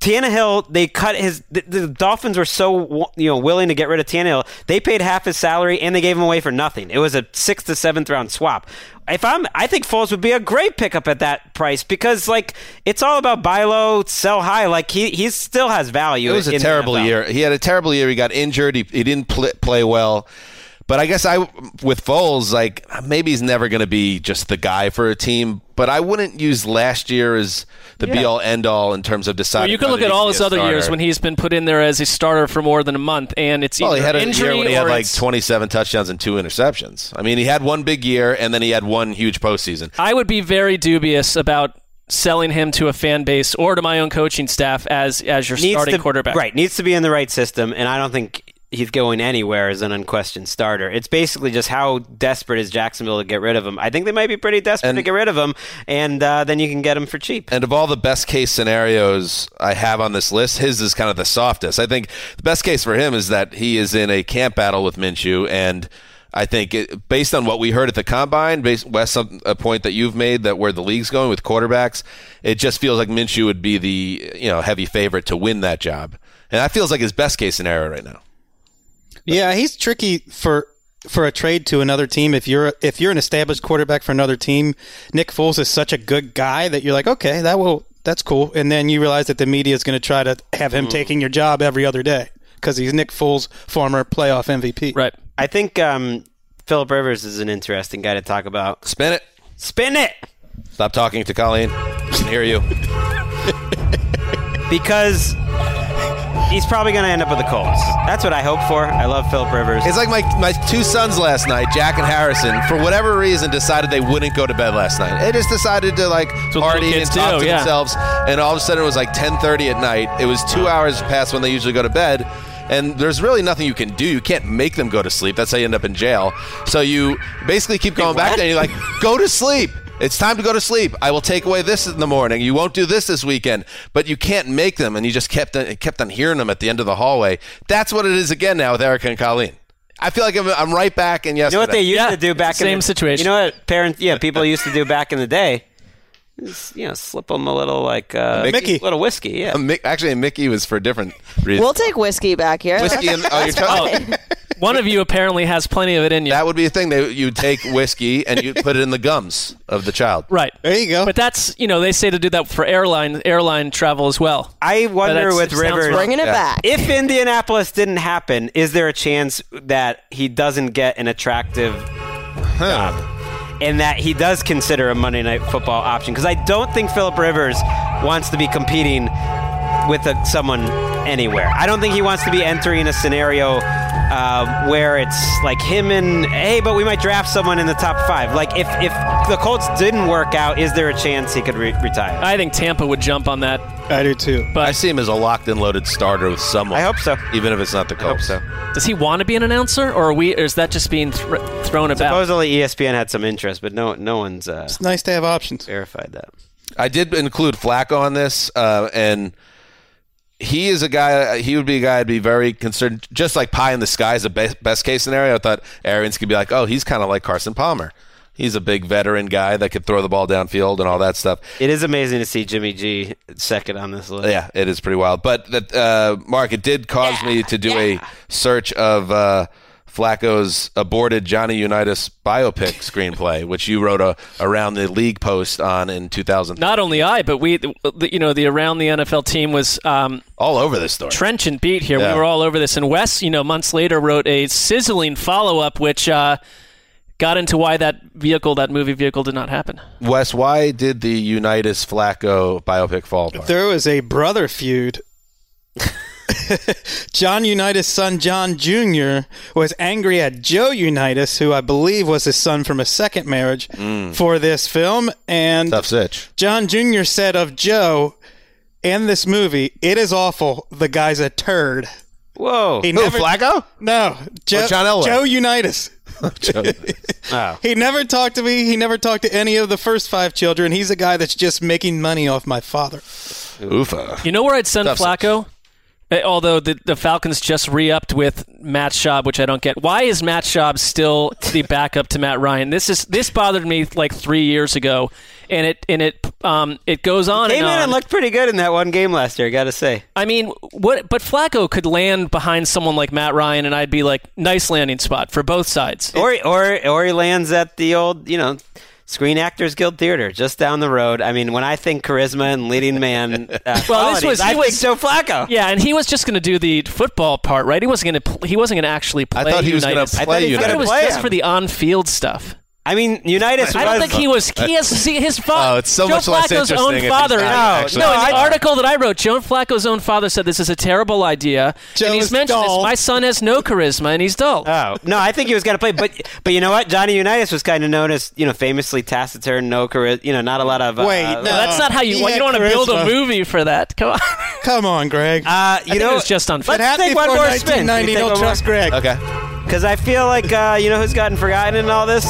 F: Tannehill, they cut his. The, the Dolphins were so you know willing to get rid of Tannehill, they paid half his salary and they gave him away for nothing. It was a sixth to seventh round swap. If I'm, I think Foles would be a great pickup at that price because like it's all about buy low, sell high. Like he he still has value.
C: It was a
F: in the
C: terrible
F: NFL.
C: year. He had a terrible year. He got injured. He, he didn't pl- play well. But I guess I, with Foles, like maybe he's never going to be just the guy for a team. But I wouldn't use last year as the be all end all in terms of
E: Well,
C: deciding.
E: you can look
C: whether
E: at
C: he
E: all
C: be
E: his
C: a
E: other years
C: starter.
E: when he's been put in there as a starter for more than a month, and it's
C: Well, he
E: either
C: had a
E: injury
C: year when he had
E: or
C: like
E: it's-
C: 27 touchdowns and two interceptions. I mean, he had one big year, and then he had one huge postseason.
E: I would be very dubious about selling him to a fan base or to my own coaching staff as as your starting
F: to,
E: quarterback.
F: Right, needs to be in the right system, and I don't think he's going anywhere as an unquestioned starter. It's basically just how desperate is Jacksonville to get rid of him. I think they might be pretty desperate
C: And-
F: to get rid of him, and uh, then you can get him for cheap.
C: And of all the best case scenarios I have on this list, his is kind of the softest. I think the best case for him is that he is in a camp battle with Minshew. And I think, it, based on what we heard at the combine, based Wes, some, a point that you've made that where the league's going with quarterbacks, it just feels like Minshew would be the you know heavy favorite to win that job. And that feels like his best case scenario right now.
D: Yeah, he's tricky for for a trade to another team. If you're if you're an established quarterback for another team, Nick Foles is such a good guy that you're like, okay, that will that's cool. And then you realize that the media is going to try to have
E: Mm.
D: him taking your job every other day because he's Nick Foles, former playoff MVP.
E: Right.
F: I think um, Philip Rivers is an interesting guy to talk about.
C: Spin it.
F: Spin it.
C: Stop talking to Colleen. I can hear you.
F: because he's probably going to end up with the Colts. That's what I hope for. I love Philip Rivers.
C: It's like my, my two sons last night, Jack and Harrison, for whatever reason, decided they wouldn't go to bed last night. They just decided to like
E: what little
C: party and
E: kids
C: talk
E: do,
C: to
E: yeah.
C: themselves. And all of a sudden, it was like 10:30 at night. It was two hours past when they usually go to bed. And there's really nothing you can do. You can't make them go to sleep. That's how you end up in jail. So you basically keep going back there. And you're like, go to sleep. It's time to go to sleep. I will take away this in the morning. You won't do this this weekend, but you can't make them. And you just kept on, kept on hearing them at the end of the hallway. That's what it is again now with Erica and Colleen. I feel like I'm, I'm right back in
F: You know what
C: yesterday.
F: they used
E: Yeah,
F: to do back in
E: same
F: the,
E: situation.
F: You know what parents, yeah, people used to do back in the day. Is, you know, slip them a little like uh,
C: Mickey.
F: little whiskey. Yeah,
C: Uh, Mick- actually, Mickey was for different reasons.
G: We'll take whiskey back here.
C: whiskey and oh, you're talking.
E: One of you apparently has plenty of it in you.
C: That would be a thing. They, you'd take whiskey and you'd put it in the gums of the child.
E: right.
D: There you go.
E: But that's you know they say to do that for airline airline travel as well.
F: I wonder
E: that's-
F: with
E: it sounds
F: Rivers.
E: wrong.
G: Bringing it
C: Yeah.
G: back.
F: If Indianapolis didn't happen, is there a chance that he doesn't get an attractive job and that he does consider a Monday Night Football option? Because I don't think Philip Rivers wants to be competing with a, someone anywhere. I don't think he wants to be entering a scenario uh, where it's like him and hey, but we might draft someone in the top five. Like if if the Colts didn't work out, is there a chance he could re- retire?
E: I think Tampa would jump on that.
D: I do too.
E: But
C: I see him as a locked and loaded starter with someone.
F: I hope so.
C: Even if it's not the Colts.
F: so.
E: does he want to be an announcer, or are we? Or is that just being thr thrown about?
F: Supposedly E ESPN had some interest, but no no one's uh,
D: It's nice to have options.
F: verified that.
C: I did include Flacco on this, uh, and he is a guy. He would be a guy I'd be very concerned. Just like pie in the sky is the best, best case scenario. I thought Arians could be like, oh, he's kind of like Carson Palmer. He's a big veteran guy that could throw the ball downfield and all that stuff.
F: It is amazing to see Jimmy G second on this list.
C: Yeah, it is pretty wild. But that uh, Mark, it did cause me to do a search of uh, Flacco's aborted Johnny Unitas biopic screenplay, which you wrote a around the league post on in 2000.
E: Not only I, but we, the, you know, the around the NFL team was um,
C: all over this story.
E: trench and beat here.
C: Yeah.
E: We were all over this. And Wes, you know, months later wrote a sizzling follow up, which uh, got into why that vehicle, that movie vehicle, did not happen.
C: Wes, why did the Unitas Flacco biopic fall apart?
D: There was a brother feud. John Unitas' son John Jr. was angry at Joe Unitas, who I believe was his son from a second marriage, for this film. And
C: Mm. Tough sitch.
D: John Jr. said of Joe and this movie, it is awful. The guy's a turd.
F: Whoa.
D: He
C: Who, Flacco?
D: No, Joe,
C: John Elway?
D: Joe Unitas.
F: Oh.
D: He never talked to me. He never talked to any of the first five children. He's a guy that's just making money off my father.
C: Oofa.
E: You know where I'd send
C: Tough
E: Flacco? Uh, Although the, the Falcons just re upped with Matt Schaub, which I don't get. Why is Matt Schaub still the backup to Matt Ryan? This is this bothered me like three years ago, and it and it um it goes on
F: Came
E: and on.
F: in and looked pretty good in that one game last year. I got to say,
E: I mean, what? But Flacco could land behind someone like Matt Ryan, and I'd be like, nice landing spot for both sides.
F: or or or he lands at the old, you know, Screen Actors Guild Theater just down the road. I mean, when I think charisma and leading man, uh, well, this was
E: was-
F: I
E: he
F: think
E: was-
F: Joe Flacco.
E: yeah, and he was just going to do the football part, right? He wasn't going to. He wasn't going to actually play.
C: I thought he was
E: United.
C: going to
F: I thought
C: play
F: he was
E: I thought
F: gonna
E: it
C: United.
E: was
F: play
E: just
F: him.
E: for the on-field stuff.
F: I mean, Unitas.
E: I
F: was-
E: don't think he was. He has see his father.
C: Oh, it's so
E: Joe
C: much less
E: Flacco's
C: interesting
E: own
C: if he's
E: father.
C: not
E: no,
C: actually
E: no.
C: on
E: An
C: the
E: article that I wrote, Joe Flacco's own father said this is a terrible idea,
D: Joe
E: and he's
D: is
E: mentioned
D: dull.
E: this. My son has no charisma, and he's dull.
C: Uh,
F: Oh no, I think he was going to play, but but you know what? Johnny Unitas was kind of known as you know famously taciturn, no charisma, you know, not a lot of. Uh,
D: Wait,
F: uh,
D: no.
E: That's not how you.
D: He
E: want. you
D: had
E: don't want to build a
D: charisma.
E: movie for that. Come on.
D: Come on, Greg.
F: Uh, you
E: think
F: know,
E: it was just on
F: Let's
E: It
D: Happy
F: take one
D: before
F: more spin.
D: 1990, don't trust Greg.
C: Okay.
F: Because I feel like uh, you know who's gotten forgotten in all this.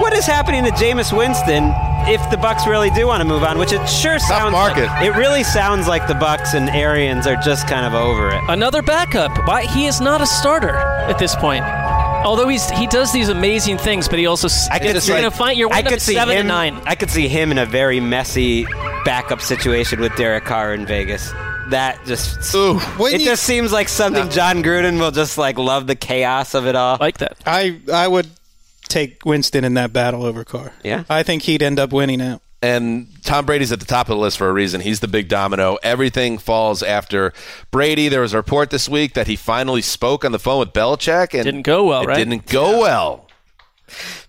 F: What is happening to Jameis Winston? If the Bucks really do want to move on, which it sure sounds
C: market.
F: like, it really sounds like the Bucks and Arians are just kind of over it.
E: another backup. Why he is not a starter at this point. Although he's he does these amazing things, but he also I
F: could
E: you're
F: see-
E: gonna find you're
F: I
E: wind up
F: could
E: at
F: see
E: seven
F: him,
E: and nine.
F: I could see him in a very messy backup situation with Derek Carr in Vegas. That just
C: Ooh.
D: When
F: it
D: you-
F: just seems like something John Gruden will just like love the chaos of it all.
E: Like that.
D: I I would take Winston in that battle over Carr.
F: Yeah.
D: I think he'd end up winning out.
C: And Tom Brady's at the top of the list for a reason. He's the big domino. Everything falls after Brady. There was a report this week that he finally spoke on the phone with Belichick and
E: Didn't go well,
C: it
E: right?
C: Didn't go well.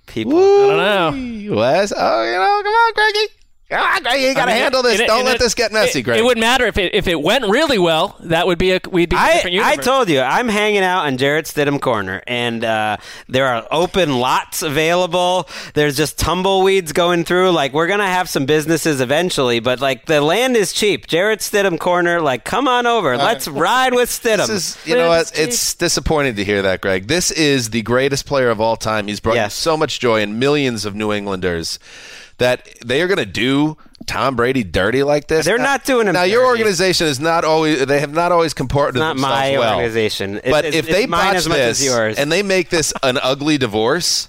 F: People,
E: I don't know.
C: Wes, oh, you know, come on, Greggy. Come on, Greggy, you got to
E: I mean,
C: handle this.
E: and it-
C: Don't
E: and
C: let
E: it-
C: this get messy,
E: it,
C: Greg.
E: It wouldn't matter if it if it went really well. That would be a we'd be in a
F: I,
E: different
F: I
E: universe.
F: told you, I'm hanging out on Jarrett Stidham Corner, and uh, there are open lots available. There's just tumbleweeds going through. Like, we're going to have some businesses eventually, but like, the land is cheap. Jarrett Stidham Corner, like, come on over. Let's ride with Stidham.
C: This is, you know what? It's disappointing to hear that, Greg. This is the greatest player of all time. He's brought
F: Yes.
C: so much joy and millions of New Englanders that they are going to do Tom Brady dirty like this.
F: They're
C: Now-
F: not doing him
C: Now, your
F: dirty.
C: organization is not always. They have not always comported
F: It's not
C: themselves
F: my
C: well.
F: organization. It's-
C: but
F: it's-
C: if
F: it's
C: they
F: mine
C: botch
F: as much
C: this
F: as yours.
C: and they make this an ugly divorce,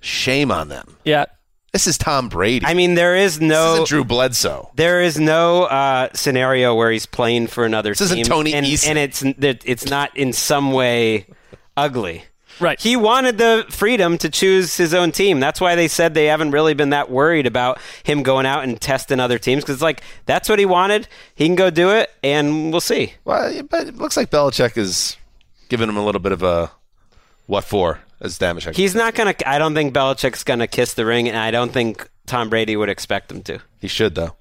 C: shame on them.
E: Yeah.
C: This is Tom Brady.
F: I mean, there is
C: this
F: no.
C: isn't Drew Bledsoe.
F: There is no uh, scenario where he's playing for another
C: This isn't
F: team,
C: Tony
F: and,
C: Eason.
F: and it's that it's not in some way ugly.
E: Right.
F: He wanted the freedom to choose his own team. That's why they said they haven't really been that worried about him going out and testing other teams because, like, that's what he wanted. He can go do it, and we'll see.
C: Well, but it looks like Belichick is giving him a little bit of a what for, as Damashek.
F: He's not gonna. I don't think Belichick's gonna kiss the ring, and I don't think Tom Brady would expect him to.
C: He should though.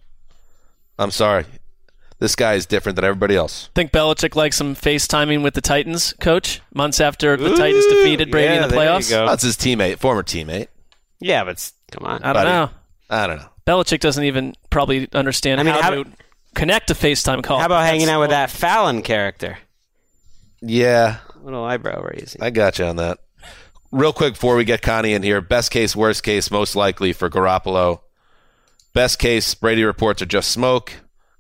C: I'm sorry. This guy is different than everybody else.
E: Think Belichick likes some FaceTiming with the Titans coach months after the Titans defeated Brady
F: yeah,
E: in the
F: there you
E: playoffs.
F: go.
C: That's his teammate, former teammate.
F: Yeah, but s- come on.
E: I don't
C: buddy.
E: know.
C: I don't know.
E: Belichick doesn't even probably understand
F: I mean,
E: how,
F: how-
E: to connect a FaceTime call.
F: How about hanging
E: That's-
F: out with that Fallon character?
C: Yeah,
F: Little eyebrow raising.
C: I got you on that. Real quick before we get Connie in here, best case, worst case, most likely for Garoppolo. Best case, Brady reports are just smoke.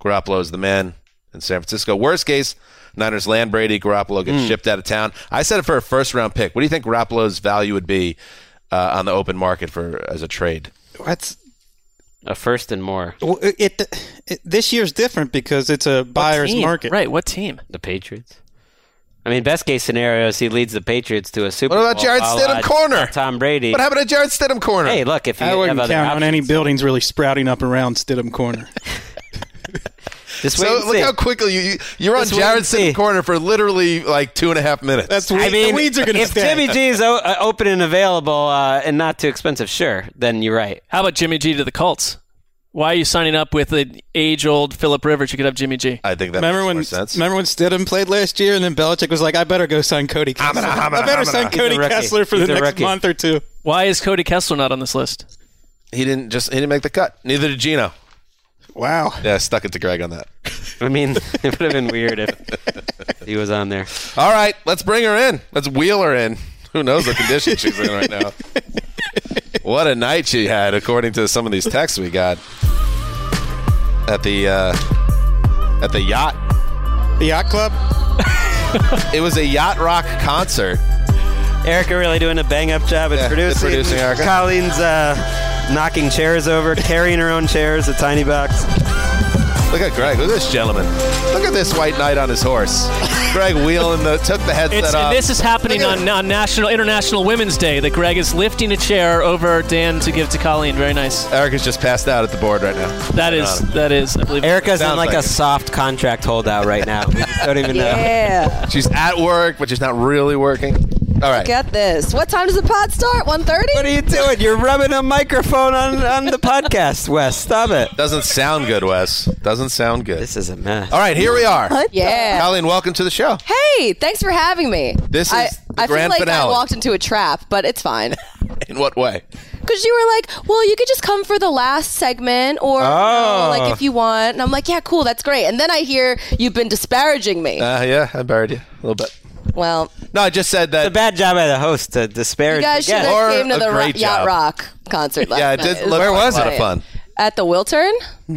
C: Garoppolo is the man in San Francisco. Worst case, Niners land Brady. Garoppolo gets shipped out of town. I said it for a first round pick. What do you think Garoppolo's value would be uh, on the open market for as a trade?
D: That's
F: A Uh, first and more.
D: Well, it, it, it this year's different because it's a
E: What
D: buyer's
E: team?
D: market.
E: Right. What team?
F: The Patriots. I mean, best case scenario is he leads the Patriots to a Super
C: What
F: Bowl.
C: about Jared
F: a la
C: Stidham corner?
F: Tom Brady.
C: What happened to Jared Stidham corner?
F: Hey, look, if you
D: I wouldn't
F: have
D: count
F: other
D: on any
F: options,
D: buildings really sprouting up around Stidham Corner.
F: just wait
C: so
F: and
C: look
F: see.
C: how quickly you, you you're on
F: Just wait
C: Jared
F: and see.
C: Stidham corner for literally like two and a half minutes.
D: That's
F: I
D: weed-
F: mean,
D: the weeds are going to
F: if
D: stay.
F: Jimmy G is o- uh, open and available uh, and not too expensive, sure, then you're right.
E: How about Jimmy G to the Colts? Why are you signing up with an age-old Philip Rivers? You could have Jimmy G.
C: I think that
D: remember
C: makes
D: when
C: more sense.
D: remember when Stidham played last year, and then Belichick was like, "I better go sign Cody. Kessler.
C: gonna- I'm
D: I
C: gonna-
D: better
C: I'm
D: sign
C: gonna- He's
D: Cody
F: a rookie.
D: Kessler for
F: He's
D: the
F: a
D: next
F: rookie.
D: month or two.
E: Why is Cody Kessler not on this list?
C: he didn't just he didn't make the cut. Neither did Gino.
D: Wow.
C: Yeah, I stuck it to Greg on that.
F: I mean, it would have been weird if he was on there.
C: All right, let's bring her in. Let's wheel her in. Who knows the condition she's in right now? What a night she had, according to some of these texts we got at the uh, at the yacht.
D: The yacht club?
C: It was a yacht rock concert.
F: Erica really doing a bang up job at
C: Yeah, good
F: producing.
C: producing, Erica.
F: Colleen's uh, knocking chairs over, carrying her own chairs, a tiny box.
C: Look at Greg. Look at this gentleman. Look at this white knight on his horse. Greg wheeling the took the headset
E: It's,
C: off.
E: this is happening
C: Look at
E: on, on National International Women's Day that Greg is lifting a chair over Dan to give to Colleen. Very nice.
C: Erica's just passed out at the board right now.
E: That is that is. I believe
F: Erica's in
C: Sounds
F: like,
C: like
F: a
C: it.
F: soft contract holdout right now. We just don't even know.
G: Yeah.
C: She's at work, but she's not really working. All right.
G: Get this. What time does the pod start? 1.30?
F: What are you doing? You're rubbing a microphone on, on the podcast, Wes. Stop it.
C: Doesn't sound good, Wes. Doesn't sound good.
F: This is a mess.
C: All right, here we are.
G: Yeah.
C: Colleen, welcome to the show.
G: Hey, thanks for having me.
C: This is
G: I,
C: the
G: I
C: grand
G: feel like I
C: finale.
G: walked into a trap, but it's fine.
C: In what way?
G: Because you were like, well, you could just come for the last segment or you know,
F: Oh.
G: like if you want. And I'm like, yeah, cool, that's great. And then I hear you've been disparaging me.
C: Uh, yeah, I buried you a little bit.
G: well,
C: No, I just said
F: It's a
C: that.
F: bad job by the host to disparage.
G: you guys
F: the
G: should
F: guest.
C: Or
G: have came to
C: a
G: the Ro-
C: great
G: Yacht
C: job.
G: Rock concert last
C: yeah, it
G: night.
C: did.
G: was
C: Look,
G: a lot
C: was
G: of
C: it a fun?
G: At the Wiltern?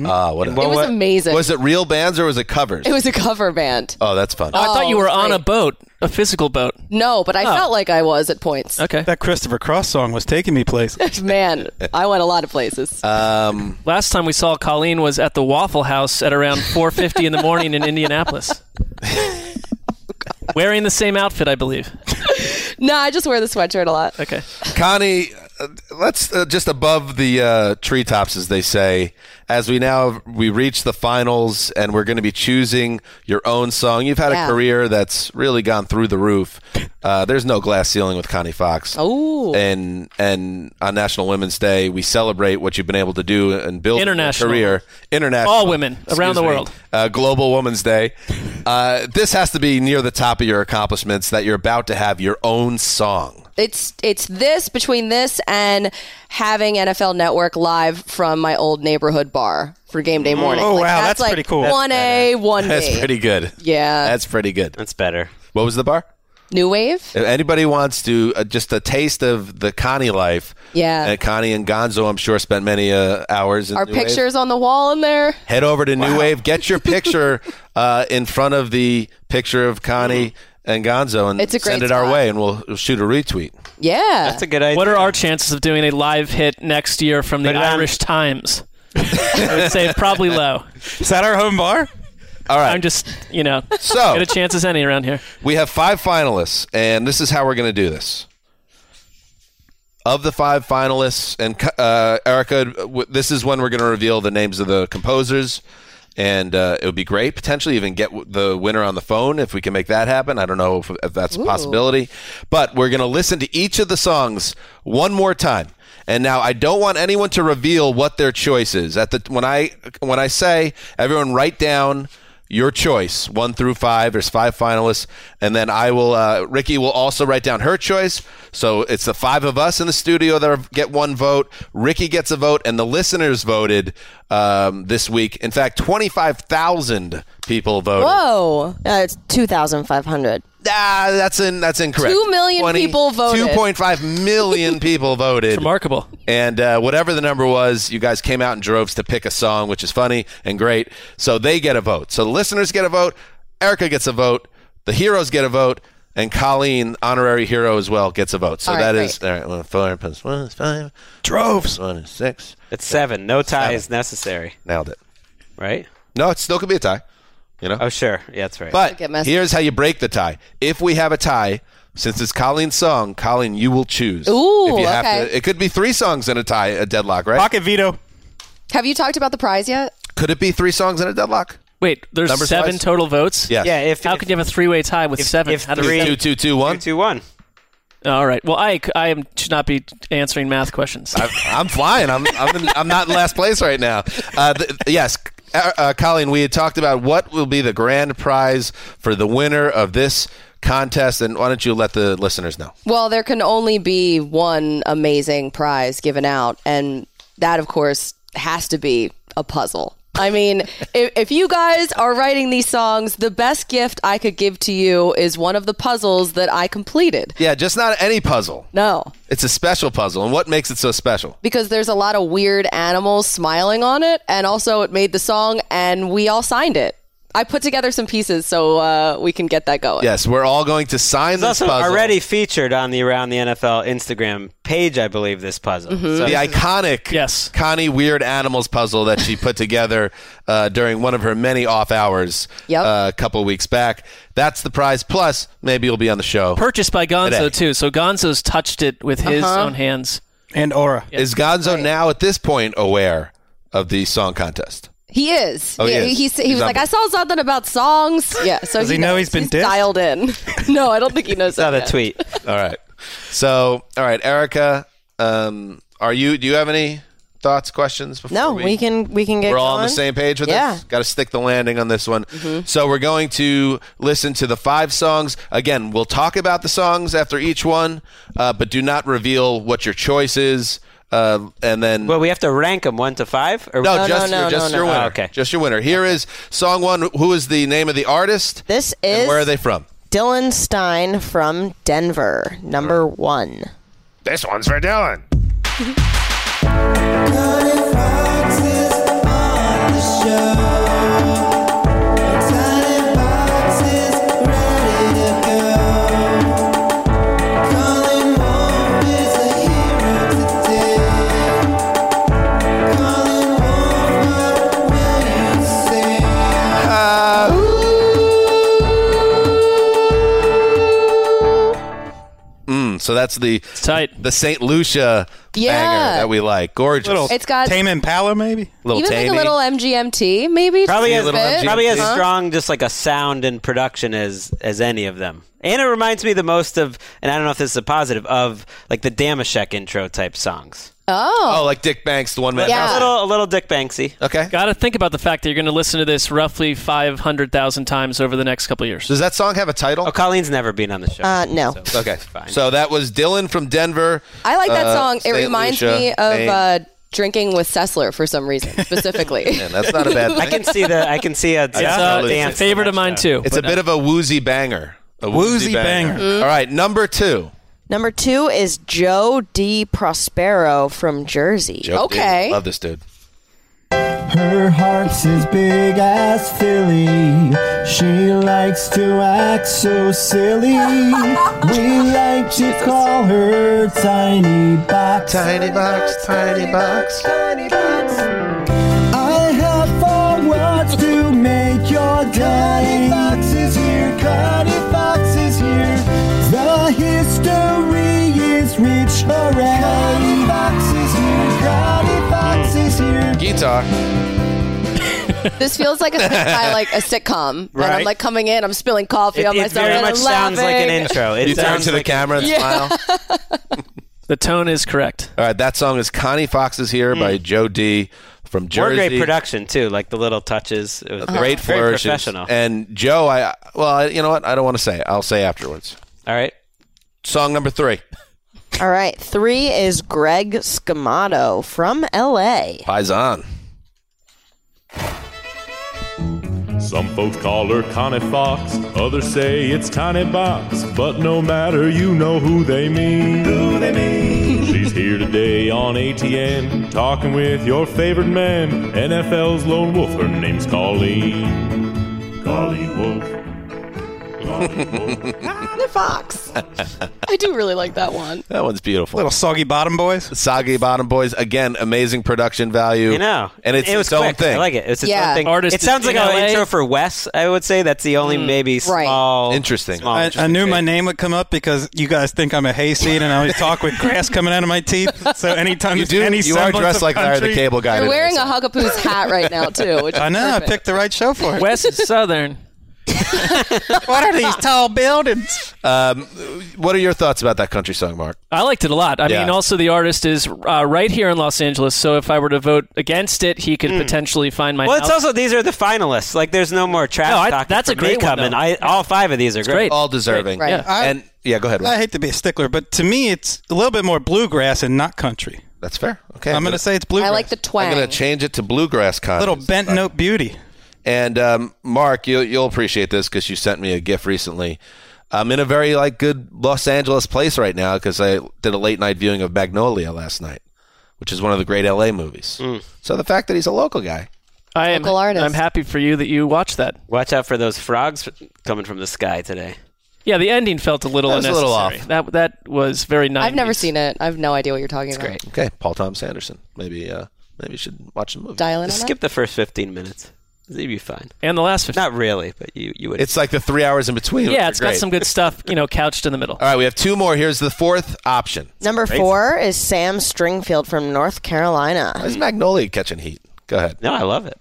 C: Ah, what?
G: It was
F: what-
G: amazing.
C: Was it real bands or was it covers?
G: it was a cover band.
C: oh, that's fun.
E: Oh, I thought you
G: Oh,
E: were on
G: great.
E: a boat, a physical boat.
G: No, but I
F: Oh.
G: felt like I was at points.
E: Okay.
D: That Christopher Cross song was taking me places.
G: Man, I went a lot of places.
C: Um,
E: Last time we saw Colleen was at the Waffle House at around 4:50 in the morning in Indianapolis. Wearing the same outfit, I believe.
G: no, I just wear the sweatshirt a lot.
E: Okay.
C: Connie, uh, let's uh, just above the uh, treetops, as they say, as we now we reach the finals and we're going to be choosing your own song. You've had
G: Yeah.
C: a career that's really gone through the roof. Uh, there's no glass ceiling with Connie Fox.
G: Ooh.
C: and and on National Women's Day, we celebrate what you've been able to do and build in your
E: International.
C: career. International,
E: All women
C: Excuse
E: around the
C: me.
E: world.
C: Uh, Global Women's Day. Uh, this has to be near the top of your accomplishments that you're about to have your own song.
G: It's it's this between this and having NFL Network live from my old neighborhood bar for game day morning.
D: Oh, wow, that's
G: like
D: pretty cool. That's
G: One A, one
C: That's
G: B.
C: pretty good.
G: Yeah.
C: That's pretty good.
F: That's better.
C: What was the bar?
G: New wave.
C: If anybody wants to uh, just a taste of the Connie life,
G: Yeah.
C: uh, Connie and Gonzo, I'm sure spent many uh, hours. In
G: Our
C: New Wave.
G: pictures on the wall in there.
C: Head over to New Wave. Get your picture uh, in front of the picture of Connie and Gonzo, and
G: Mm. It's a great
C: send it our
G: spot.
C: way, and we'll, we'll shoot a retweet.
G: Yeah.
F: That's a good idea.
E: What are our chances of doing a live hit next year from the
C: um,
F: Put it on.
E: Irish Times? I would say probably low.
D: Is that our home bar?
C: All right.
E: I'm just, you know,
C: So-
E: good a chance as any around here.
C: We have five finalists, and this is how we're going to do this. Of the five finalists, and uh, Erica, w- this is when we're going to reveal the names of the composers, and uh, it would be great potentially even get w- the winner on the phone if we can make that happen. I don't know if, if that's a possibility, but we're going to listen to each of the songs one more time. And now I don't want anyone to reveal what their choice is. At the when I when I say everyone write down your choice one through five there's five finalists and then i will uh, ricky will also write down her choice so it's the five of us in the studio that are, get one vote ricky gets a vote and the listeners voted um, this week in fact 25000 people voted
G: Whoa.
H: Uh, it's 2,500.
C: ah, that's in that's incorrect
G: Two million people voted.
C: 2.5 million people voted
E: Remarkable.
C: and uh, whatever the number was, you guys came out in droves to pick a song, which is funny and great. So they get a vote. So the listeners get a vote. Erica gets a vote. The heroes get a vote. And Colleen, honorary hero as well, gets a vote. So
G: All right,
C: that is all right, well, four plus one is five.
D: Droves.
C: One is six.
F: It's seven. No tie is necessary,
C: Nailed it.
F: right?
C: No, it still could be a tie. You know.
F: Oh, sure. Yeah, that's right.
C: But
G: get messy.
C: here's how you break the tie. If we have a tie, since it's Colleen's song, Colleen, you will choose.
G: Ooh,
C: if you have
G: okay.
C: to. It could be three songs in a tie, a deadlock, right?
D: Pocket veto.
G: Have you talked about the prize yet?
C: Could it be three songs in a deadlock?
E: Wait, there's
C: Numbers
E: seven
C: wise?
E: total votes.
C: Yes.
F: yeah, if,
E: How
F: if
E: could you have a three-way tie with
F: if-
E: seven?
F: if
E: How does
F: three-
E: that-
C: Two, two, two, one.
F: two, two, one.
E: All right. Well, I, I am, should not be answering math questions.
C: I, I'm flying. I'm I'm, in, I'm not in last place right now. Uh, th- yes, uh, uh, Colleen, we had talked about what will be the grand prize for the winner of this contest, and why don't you let the listeners know?
G: Well, there can only be one amazing prize given out, and that, of course, has to be a puzzle. I mean, if, if you guys are writing these songs, the best gift I could give to you is one of the puzzles that I completed.
C: Yeah, just not any puzzle.
G: No,
C: It's a special puzzle, and what makes it so special?
G: because there's a lot of weird animals smiling on it, and also it made the song, and we all signed it. I put together some pieces so uh, we can get that going.
C: Yes, we're all going to sign
F: It's
C: this
F: also
C: puzzle.
F: already featured on the Around the NFL Instagram page, I believe. This puzzle, so
C: the iconic
E: Yes.
C: Connie Weird Animals puzzle that she put together uh, during one of her many off hours
G: Yep.
C: uh, a couple weeks back. That's the prize. Plus, maybe you'll be on the show.
E: Purchased by Gonzo
C: Today.
E: too. So Gonzo's touched it with his
F: Uh-huh.
E: own hands.
D: and aura.
C: Is Gonzo now at this point aware of the song contest?
G: He is.
C: Oh, he is.
G: He, he
C: He's
G: was
C: on
G: like,
C: board.
G: I saw something about songs. Yeah. So
D: Does he know he's been
G: he's
D: dissed?
G: dialed in? no, I don't think he knows
F: saw
G: that.
F: the
G: yet.
F: tweet.
C: All right. So, all right, Erica, um, are you? Do you have any thoughts, questions? Before
H: No, we can we can get.
C: We're all on the
H: going.
C: same page with
H: Yeah. Mm-hmm.
C: this. Got to stick the landing on this one. So we're going to listen to the five songs again. We'll talk about the songs after each one, uh, but do not reveal what your choice is. Uh, and then
F: Well, we have to rank them one to five. Or
C: no,
H: no,
C: just
H: no,
C: your, just
H: no,
C: your
H: no.
C: winner.
F: Oh, okay.
C: just your winner. Here is song one. Who is the name of the artist?
H: This
C: and
H: is
C: where are they from?
H: Dylan Stein from Denver, number one.
C: This one's for Dylan. Mm, so that's the
E: Tight.
C: the St. Lucia
G: Yeah.
C: banger that we like. Gorgeous.
D: Little
G: It's got
D: Tame Impala, maybe.
C: little
G: even like
C: tamey.
G: a little MGMT, maybe.
F: Probably
G: just
F: as
G: a bit.
F: probably as
G: Huh?
F: strong, just like a sound and production as as any of them. And it reminds me the most of, and I don't know if this is a positive of like the Damashek intro type songs.
C: Oh, like Dick Banks, the one man.
H: Yeah.
F: A little, a little Dick Banksy.
C: Okay.
E: Got to think about the fact that you're going to listen to this roughly 500,000 times over the next couple of years.
C: Does that song have a title?
F: Oh, Colleen's never been on the show.
H: Uh, no.
F: so
C: Okay.
F: it's fine.
C: So that was Dylan from Denver.
G: I like that
C: uh,
G: song. It
C: St.
G: reminds
C: Lucia,
G: me of
C: Maine.
G: uh, drinking with Sessler for some reason, specifically.
C: Man, that's not a bad thing.
F: I can see the, I can see a, it's
E: It's,
F: a
E: uh,
F: dance.
E: favorite of mine too.
C: it's a bit of a woozy banger. A
D: Woozy
G: Mm-hmm.
D: banger.
C: All right, number two.
H: Number two is Joe D. Prospero from Jersey.
C: Joe Dill.
G: Okay.
C: Love this dude.
B: Her heart's as big as Philly. She likes to act so silly. We like to call her Tiny Box.
C: Tiny box, tiny box.
B: I have four words to make your day. Cutty Fox is here, Cutty Fox is here. The history is rich, hooray. Cutty Fox is here, Cutty Fox is here.
C: Guitar.
G: this feels like a I like a sitcom, and I'm
D: Right.
G: like coming in, I'm spilling coffee
F: It,
G: on
F: it
G: myself,
F: very
G: and
F: much
G: I'm
F: sounds like an
G: laughing.
F: intro. It
C: You turn
F: sounds
C: to the
F: like-
C: camera and smile.
E: The tone is correct.
C: All right, that song is Connie Fox is Here
D: Hmm.
C: by Joe D from
F: More
C: Jersey.
F: great production too, like the little touches. It was
C: Great
F: very
C: flourishes.
F: professional.
C: And Joe, I well, you know what? I don't want to say. I'll say afterwards.
F: All right.
C: Song number three,
H: All right. Three is Greg Scamato from L.A.
C: Paisan.
I: Some folks call her Connie Fox, others say it's Tiny Box, but no matter, you know who they mean. Who they mean? She's here today on ATN, talking with your favorite man, NFL's lone wolf. Her name's Colleen. Colleen Wolf.
G: The Fox. I do really like that one.
C: That one's beautiful.
D: Little Soggy Bottom Boys.
C: Soggy Bottom Boys again, amazing production value.
F: You know,
C: and it's
F: it was
C: its own
F: quick.
C: thing.
F: I like it. It's its
G: Yeah.
F: own thing.
E: Artist
F: it sounds
E: is
F: like
E: in
F: an
E: LA.
F: intro for Wes. I would say that's the only maybe
G: Mm, Right.
F: small,
C: Interesting.
F: small
D: I, I
F: interesting
D: knew my
F: thing.
D: name would come up because you guys think I'm a hayseed and I always talk with grass coming out of my teeth. So anytime
C: You
D: there's
C: do.
D: any
C: you are
D: semblance
C: dressed
D: of
C: like Larry the
D: country-
C: Cable Guy.
G: You're
C: today,
G: wearing a
C: so-
G: Huckapoo's hat right now too, which is
D: I know. I
G: perfect.
D: picked the right show for it.
E: West is Southern.
D: What are these tall buildings?
C: Um, What are your thoughts about that country song, Mark?
E: I liked it a lot. I
C: Yeah.
E: mean, also the artist is uh, right here in Los Angeles, so if I were to vote against it, he could potentially find my.
F: Hmm. Well, it's
E: house.
F: also these are the finalists. Like, there's no more trash
E: No, I-
F: talking
E: that's
F: for
E: a great
F: me
E: one,
F: coming.
E: though.
F: I, all five of these are great.
E: great.
C: All deserving.
G: Right. Yeah.
D: I-
C: And yeah, go ahead. Ryan.
D: I hate to be a stickler, but to me, it's a little bit more bluegrass and not country.
C: That's fair. Okay.
D: I'm going to say it's bluegrass.
G: I like the twang.
C: I'm going to change it to bluegrass con.
D: little bent note beauty.
C: And um, Mark, you, you'll appreciate this because you sent me a gift recently. I'm in a very like good Los Angeles place right now because I did a late night viewing of Magnolia last night, which is one of the great LA movies. So the fact that he's a local guy,
E: I am, I'm happy for you that you watched that.
F: Watch out for those frogs coming from the sky today.
E: Yeah, the ending felt a little
F: That was a
E: unnecessary.
F: little
E: That that was very nice.
G: I've never seen it. I have no idea what you're talking about.
C: Okay, Paul Thomas Anderson. Maybe uh, maybe you should watch the movie.
G: Dial in on
F: Just
G: that?
F: skip the first 15 minutes. You'd be fine.
E: And the last 15.
F: Not really, but you, you would.
C: It's like the three hours in between.
E: Yeah,
C: it's
E: it's got some good stuff, you know, couched in the
F: Uh,
E: middle.
C: All right, we have two more. Here's the fourth option.
H: Number
C: Great.
H: four is Sam Stringfield from North Carolina.
C: Why is Magnolia catching heat? Go ahead.
F: No, I love it.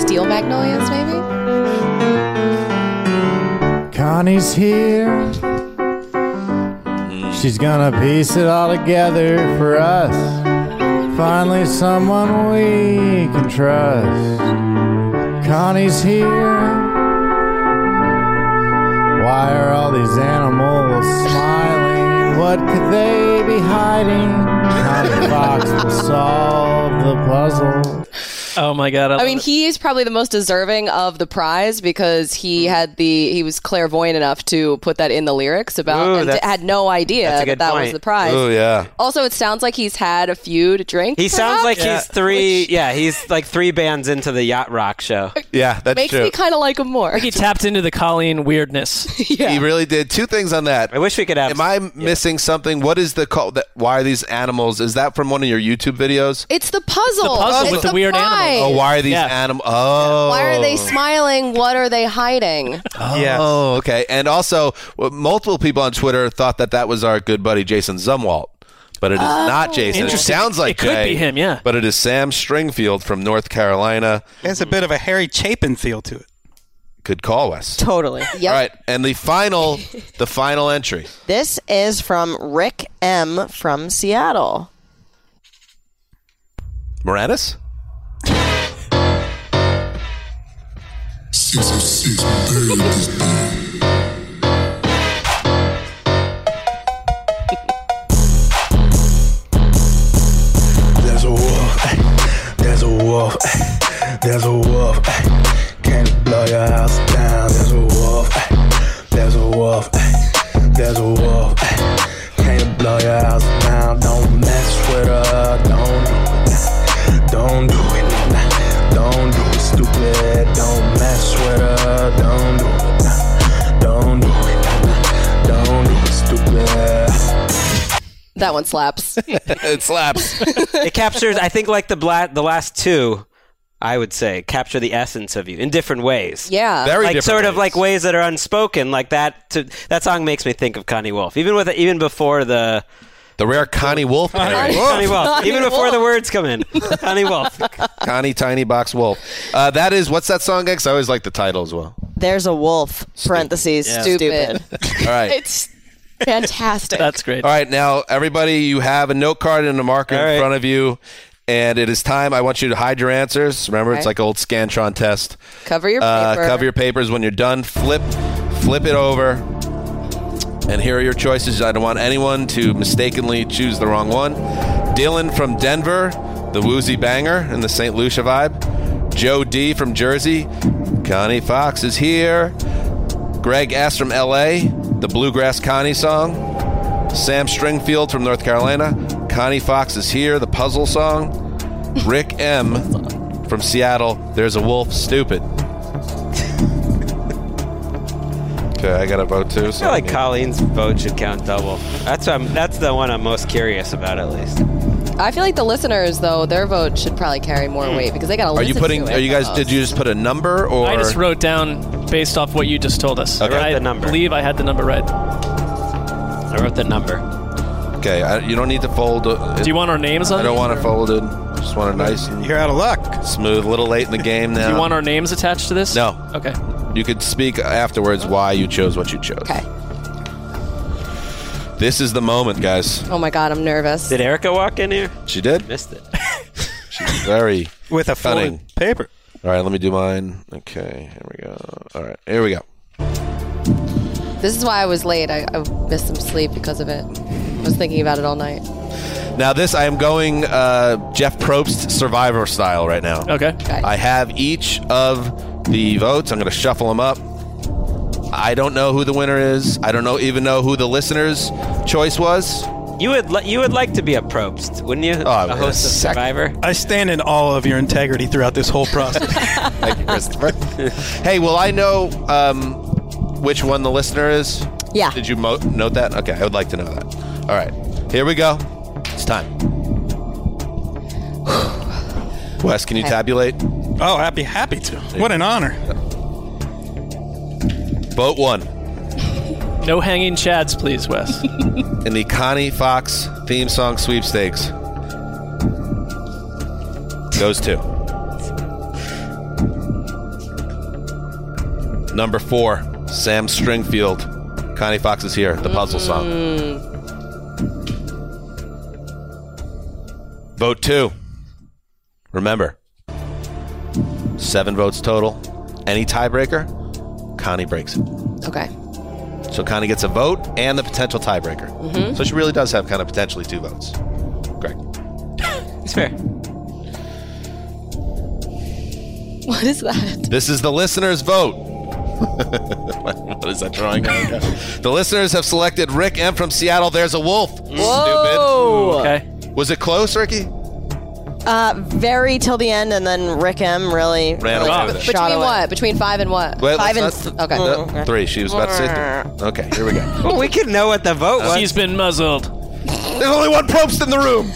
G: Steel Magnolias, maybe?
B: Connie's here. She's gonna piece it all together for us. Finally, someone we can trust. Connie's here. Why are all these animals smiling? What could they be hiding? Connie Fox will solve the puzzle.
E: Oh my god!
G: I mean, he is probably the most deserving of the prize because he
F: Mm.
G: had the he was clairvoyant enough to put that in the lyrics about
F: Ooh,
G: and
F: that's-
G: had no idea
F: that's a
G: that
F: good
G: that was
F: point.
G: the prize.
C: Oh yeah.
G: Also, it sounds like he's had a few to drink.
F: He sounds
G: perhaps?
F: like he's three. yeah, he's like three bands into the yacht rock show.
C: Yeah, that's
G: Makes
C: true.
G: me kind of like him more.
E: he tapped into the Colleen weirdness.
G: yeah.
C: He really did two things on that.
F: I wish we could have.
C: Am I missing something? What is the call? That why are these animals? Is that from one of your YouTube videos?
G: It's the puzzle.
E: The puzzle
G: It's
E: with the weird
G: prize.
E: animals.
C: Oh, why are these
E: Yeah.
C: animals? Oh,
G: Why are they smiling? What are they hiding?
C: Oh,
F: Yes.
C: okay. And also, well, multiple people on Twitter thought that that was our good buddy Jason Zumwalt, but it is
E: Oh.
C: not Jason. It
E: Interesting.
C: sounds
E: It-
C: like
E: it could
C: Jay,
E: be him, yeah.
C: But it is Sam Stringfield from North Carolina.
D: It has a bit of a Harry Chapin feel to it.
C: Could call us.
H: Totally.
G: Yep.
C: All right, and the final, the final entry.
H: This is from Rick M. from Seattle.
C: Moranis.
J: There's a wolf. ay, There's a wolf. ay, There's a wolf. ay, Can't blow your house down. There's a wolf. ay, There's a wolf. ay, There's a wolf. ay, Can't blow your house down. Don't mess with her. Don't. Don't do it. Don't do it, stupid. Don't mess with her. Don't do it. Don't do it. Don't do it, stupid.
G: That one slaps.
C: it slaps.
H: Uh,
F: it captures, I think, like the bla- the last two. I would say capture the essence of you in different ways.
G: Yeah.
C: Very
F: like
C: different
F: sort of
C: ways.
F: like ways that are unspoken, like that. To, that song makes me think of Connie Wolf, even with even before the
C: the rare Connie Wolf. parody.
F: Connie Wolf,
G: Connie
F: even before
G: Wolf.
F: the words come in. Connie Wolf,
C: Connie Tiny Box Wolf. Uh, that is what's that song? X. I always like the title as well.
H: There's a wolf. Parentheses.
G: Stupid.
C: All right.
G: it's fantastic.
E: That's great.
C: All right, now everybody, you have a note card and a marker
F: All
C: in
F: right.
C: front of you, and it is time. I want you to hide your answers. Remember, it's
G: Okay.
C: like old Scantron test.
G: Cover your
C: Uh,
G: paper.
C: cover your papers when you're done. Flip, flip it over, and here are your choices. I don't want anyone to mistakenly choose the wrong one. Dylan from Denver, the Woozy Banger and the St. Lucia vibe. Joe D from Jersey. Connie Fox is here. Greg S from LA, the Bluegrass Connie song. Sam Stringfield from North Carolina. Connie Fox is here, the puzzle song. Rick M from Seattle. There's a wolf, stupid. Okay, I got to vote too.
F: I feel like Colleen's vote should count double. That's what I'm, that's the one I'm most curious about, at least.
G: I feel like the listeners, though, their vote should probably carry more weight because they got to
C: Are
G: listen
C: you putting?
G: to it,
C: Are you guys?
G: though.
C: Did you just put a number or?
E: I just wrote down based off what you just told us.
C: Okay.
E: I
F: The number.
E: believe I had the number right.
F: I wrote the number.
C: okay, I, you don't need to fold. uh,
E: Do you want our names on?
C: I don't
E: these,
C: want
E: or-
C: to fold it. folded. Just want a nice and
D: You're out of luck.
C: smooth. A little late in the game now.
E: Do you want our names attached to this?
C: No.
E: Okay.
C: You could speak afterwards why you chose what you chose.
G: Okay.
C: This is the moment, guys.
G: Oh my God, I'm nervous.
F: Did Erica walk in here?
C: She did.
F: Missed it.
C: She's very.
D: With a
C: Cunning.
D: folded paper.
C: All right, let me do mine. Okay, here we go. All right, here we go.
G: This is why I was late. I, I missed some sleep because of it. I was thinking about it all night.
C: Now this, I am going uh, Jeff Probst Survivor style right now.
E: Okay.
C: I have each of the votes. I'm going to shuffle them up. I don't know who the winner is. I don't know even know who the listener's choice was.
F: You would li- you would like to be a Probst, wouldn't you? a host of Survivor.
D: I stand in awe of your integrity throughout this whole process.
C: Thank you, Christopher. hey, will I know um, which one the listener is?
H: Yeah.
C: Did you mo- note that? Okay, I would like to know that. All right, here we go. It's time. Wes, can you
D: Okay.
C: tabulate?
D: oh, I'd be happy to. What an honor.
C: Boat one.
E: No hanging chads, please, Wes.
C: In the Connie Fox theme song sweepstakes goes to number four, Sam Stringfield. Connie Fox is here, the puzzle song. Vote two. Remember, seven votes total. Any tiebreaker, Connie breaks it.
G: Okay.
C: So Connie gets a vote and the potential tiebreaker.
G: Mhm.
H: Mm-hmm.
C: So she really does have kind of potentially two votes. Greg.
F: It's fair.
G: What is that?
C: This is the listeners' vote. what is that drawing? the listeners have selected Rick M from Seattle. There's a wolf.
H: Whoa.
C: Stupid. Okay. Was it close, Ricky?
H: Uh, very till the end, and then Rick M really
C: Ran
H: really
F: Oh,
C: away with it.
H: shot
G: Between
H: away.
G: what? Between five and what?
C: Wait,
G: five and
C: let's
G: th-
C: not-
G: okay.
C: th- three. She was about to say
H: Mm-hmm.
C: three. Okay, here we go.
F: we could know what the vote was.
E: She's been muzzled.
C: There's only one Probst in the room.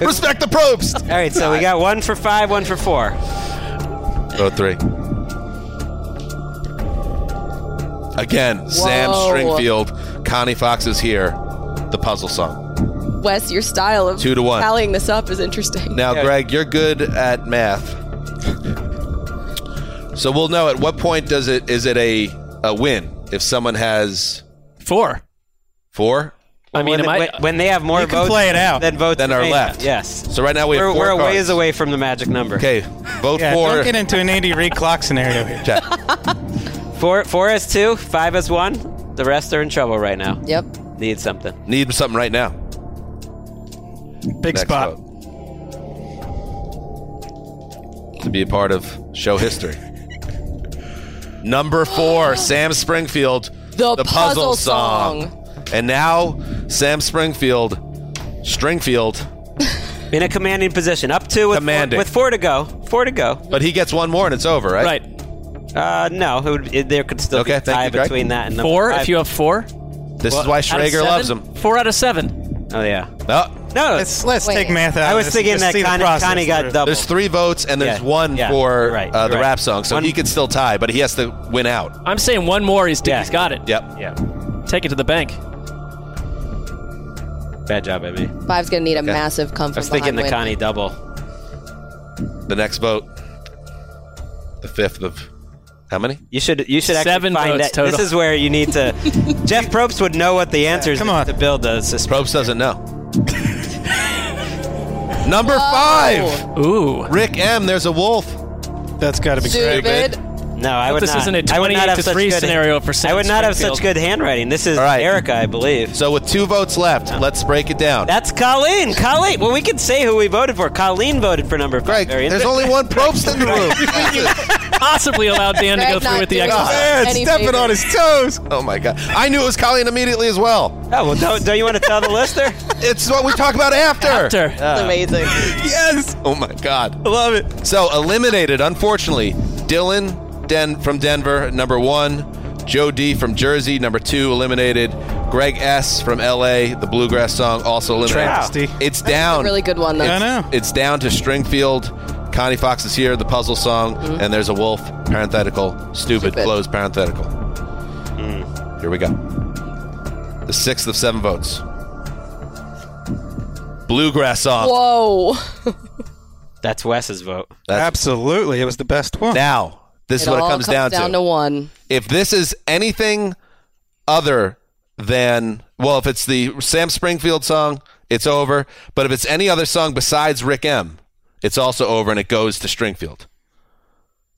C: Respect the Probst.
F: All right, so we got one for five, one for four.
C: Vote three. Again, Sam
G: Whoa.
C: Stringfield. Connie Fox is here. The puzzle song.
G: Wes, your style of
C: Two to one.
G: tallying this up is interesting.
C: Now, Greg, you're good at math. So we'll know at what point does it is it a a win if someone has
E: four.
C: Four?
E: I mean,
F: when,
E: am I-
F: when- when they have more
E: You can
F: votes
E: play it out.
F: than votes
C: Then are
F: remain,
C: left.
F: Yes.
C: So right now we have
F: We're,
C: four
F: we're a
C: cards.
F: ways away from the magic number.
C: Okay, vote
D: Yeah,
C: for
D: don't get into an Andy Reid clock scenario here.
C: Check.
F: Four, four is two, five is one. The rest are in trouble right now.
G: Yep.
F: Need something.
C: Need something right now.
D: Big
C: Next
D: spot.
C: vote. To be a part of show history. Number four, Sam Springfield,
G: The Puzzle
C: And now, Sam Springfield, Stringfield,
F: In a commanding position. Up two with, four,
C: Commanding.
F: with four to go. Four to go.
C: but he gets one more and it's over, right?
E: Right.
F: Uh, no, it would, it, there could still
C: Okay,
F: be a
C: thank
F: tie
C: you, Greg.
F: between that and number
E: Four,
F: five.
E: if you have four.
C: This is why
E: Out of
C: Schrager loves
E: seven?
C: him.
E: Four out of seven.
F: Oh, yeah.
C: Oh,
F: No,
D: Let's let's
G: Wait.
D: take math out.
F: Uh, I
D: of
C: uh,
F: was
D: this and
F: thinking
D: just
F: that
D: see the
F: Connie,
D: process
F: Connie
D: through.
F: got double.
C: there's three votes and there's
F: Yeah,
C: one
F: yeah,
C: for
F: you're right,
C: uh, the
F: you're right.
C: rap song, so
F: One-
C: he could still tie, but he has to win out.
E: I'm saying one more. He's,
F: Yeah.
E: he's got it.
C: Yep.
F: Yeah.
E: Take it to the bank.
F: Bad job by me. I
G: Five's gonna need a
C: Okay.
G: massive come from
F: was thinking
G: behind
F: the
G: win.
F: Connie double.
C: The next vote, the fifth of how many?
F: You should you should actually
E: Seven
F: find
E: votes
F: that.
E: total.
F: This is where you need to. Jeff Probst would know what the answers
D: come on.
F: to build a suspense.
C: Probst doesn't know. Number
G: Oh.
C: five,
E: Ooh.
C: Rick M. There's a wolf.
D: That's got to be great.
G: Stupid.
F: No, I would
E: this
F: not.
E: isn't a
F: I would not
E: 28
F: have
E: to
F: such
E: three
F: good,
E: scenario for Sam
F: I would not have
E: Springfield.
F: such good handwriting. This is
C: All right.
F: Erica, I believe.
C: So with two votes left, let's break it down.
F: That's Colleen. Colleen. Well, we can say who we voted for. Colleen voted for number
C: Greg,
F: five. Very
C: there's
F: interesting.
C: only one Probst in the room.
E: Possibly allow Dan to
G: Greg
E: go through
G: not
E: with the
G: doing
E: exercise.
G: Man, Any stepping favor. on
C: his toes. Oh my God! I knew it was Colleen immediately as well.
F: Oh well, don't, don't you want to tell the listener?
C: It's what we talk about after.
E: After.
G: That's amazing.
C: Yes. Oh my God.
F: Love it.
C: So eliminated, unfortunately, Dylan Den from Denver, number one. Joe D from Jersey, number two, eliminated. Greg S from LA, the bluegrass song, also eliminated.
D: Travesty.
C: It's down.
G: Really good one though.
D: I know.
C: It's down to Stringfield. Connie Fox is here, the puzzle song, and there's a wolf. Parenthetical, stupid,
G: Stupid.
C: close parenthetical. Here we go. The sixth of seven votes. Bluegrass song.
G: Whoa.
F: That's Wes's vote.
C: That's
D: Absolutely, it was the best one.
C: Now, this is
G: it
C: what
G: all
C: it comes, down, to.
G: one.
C: If this is anything other than, well, if it's the Sam Springfield song, it's over. But if it's any other song besides Rick M, it's also over and it goes to Stringfield.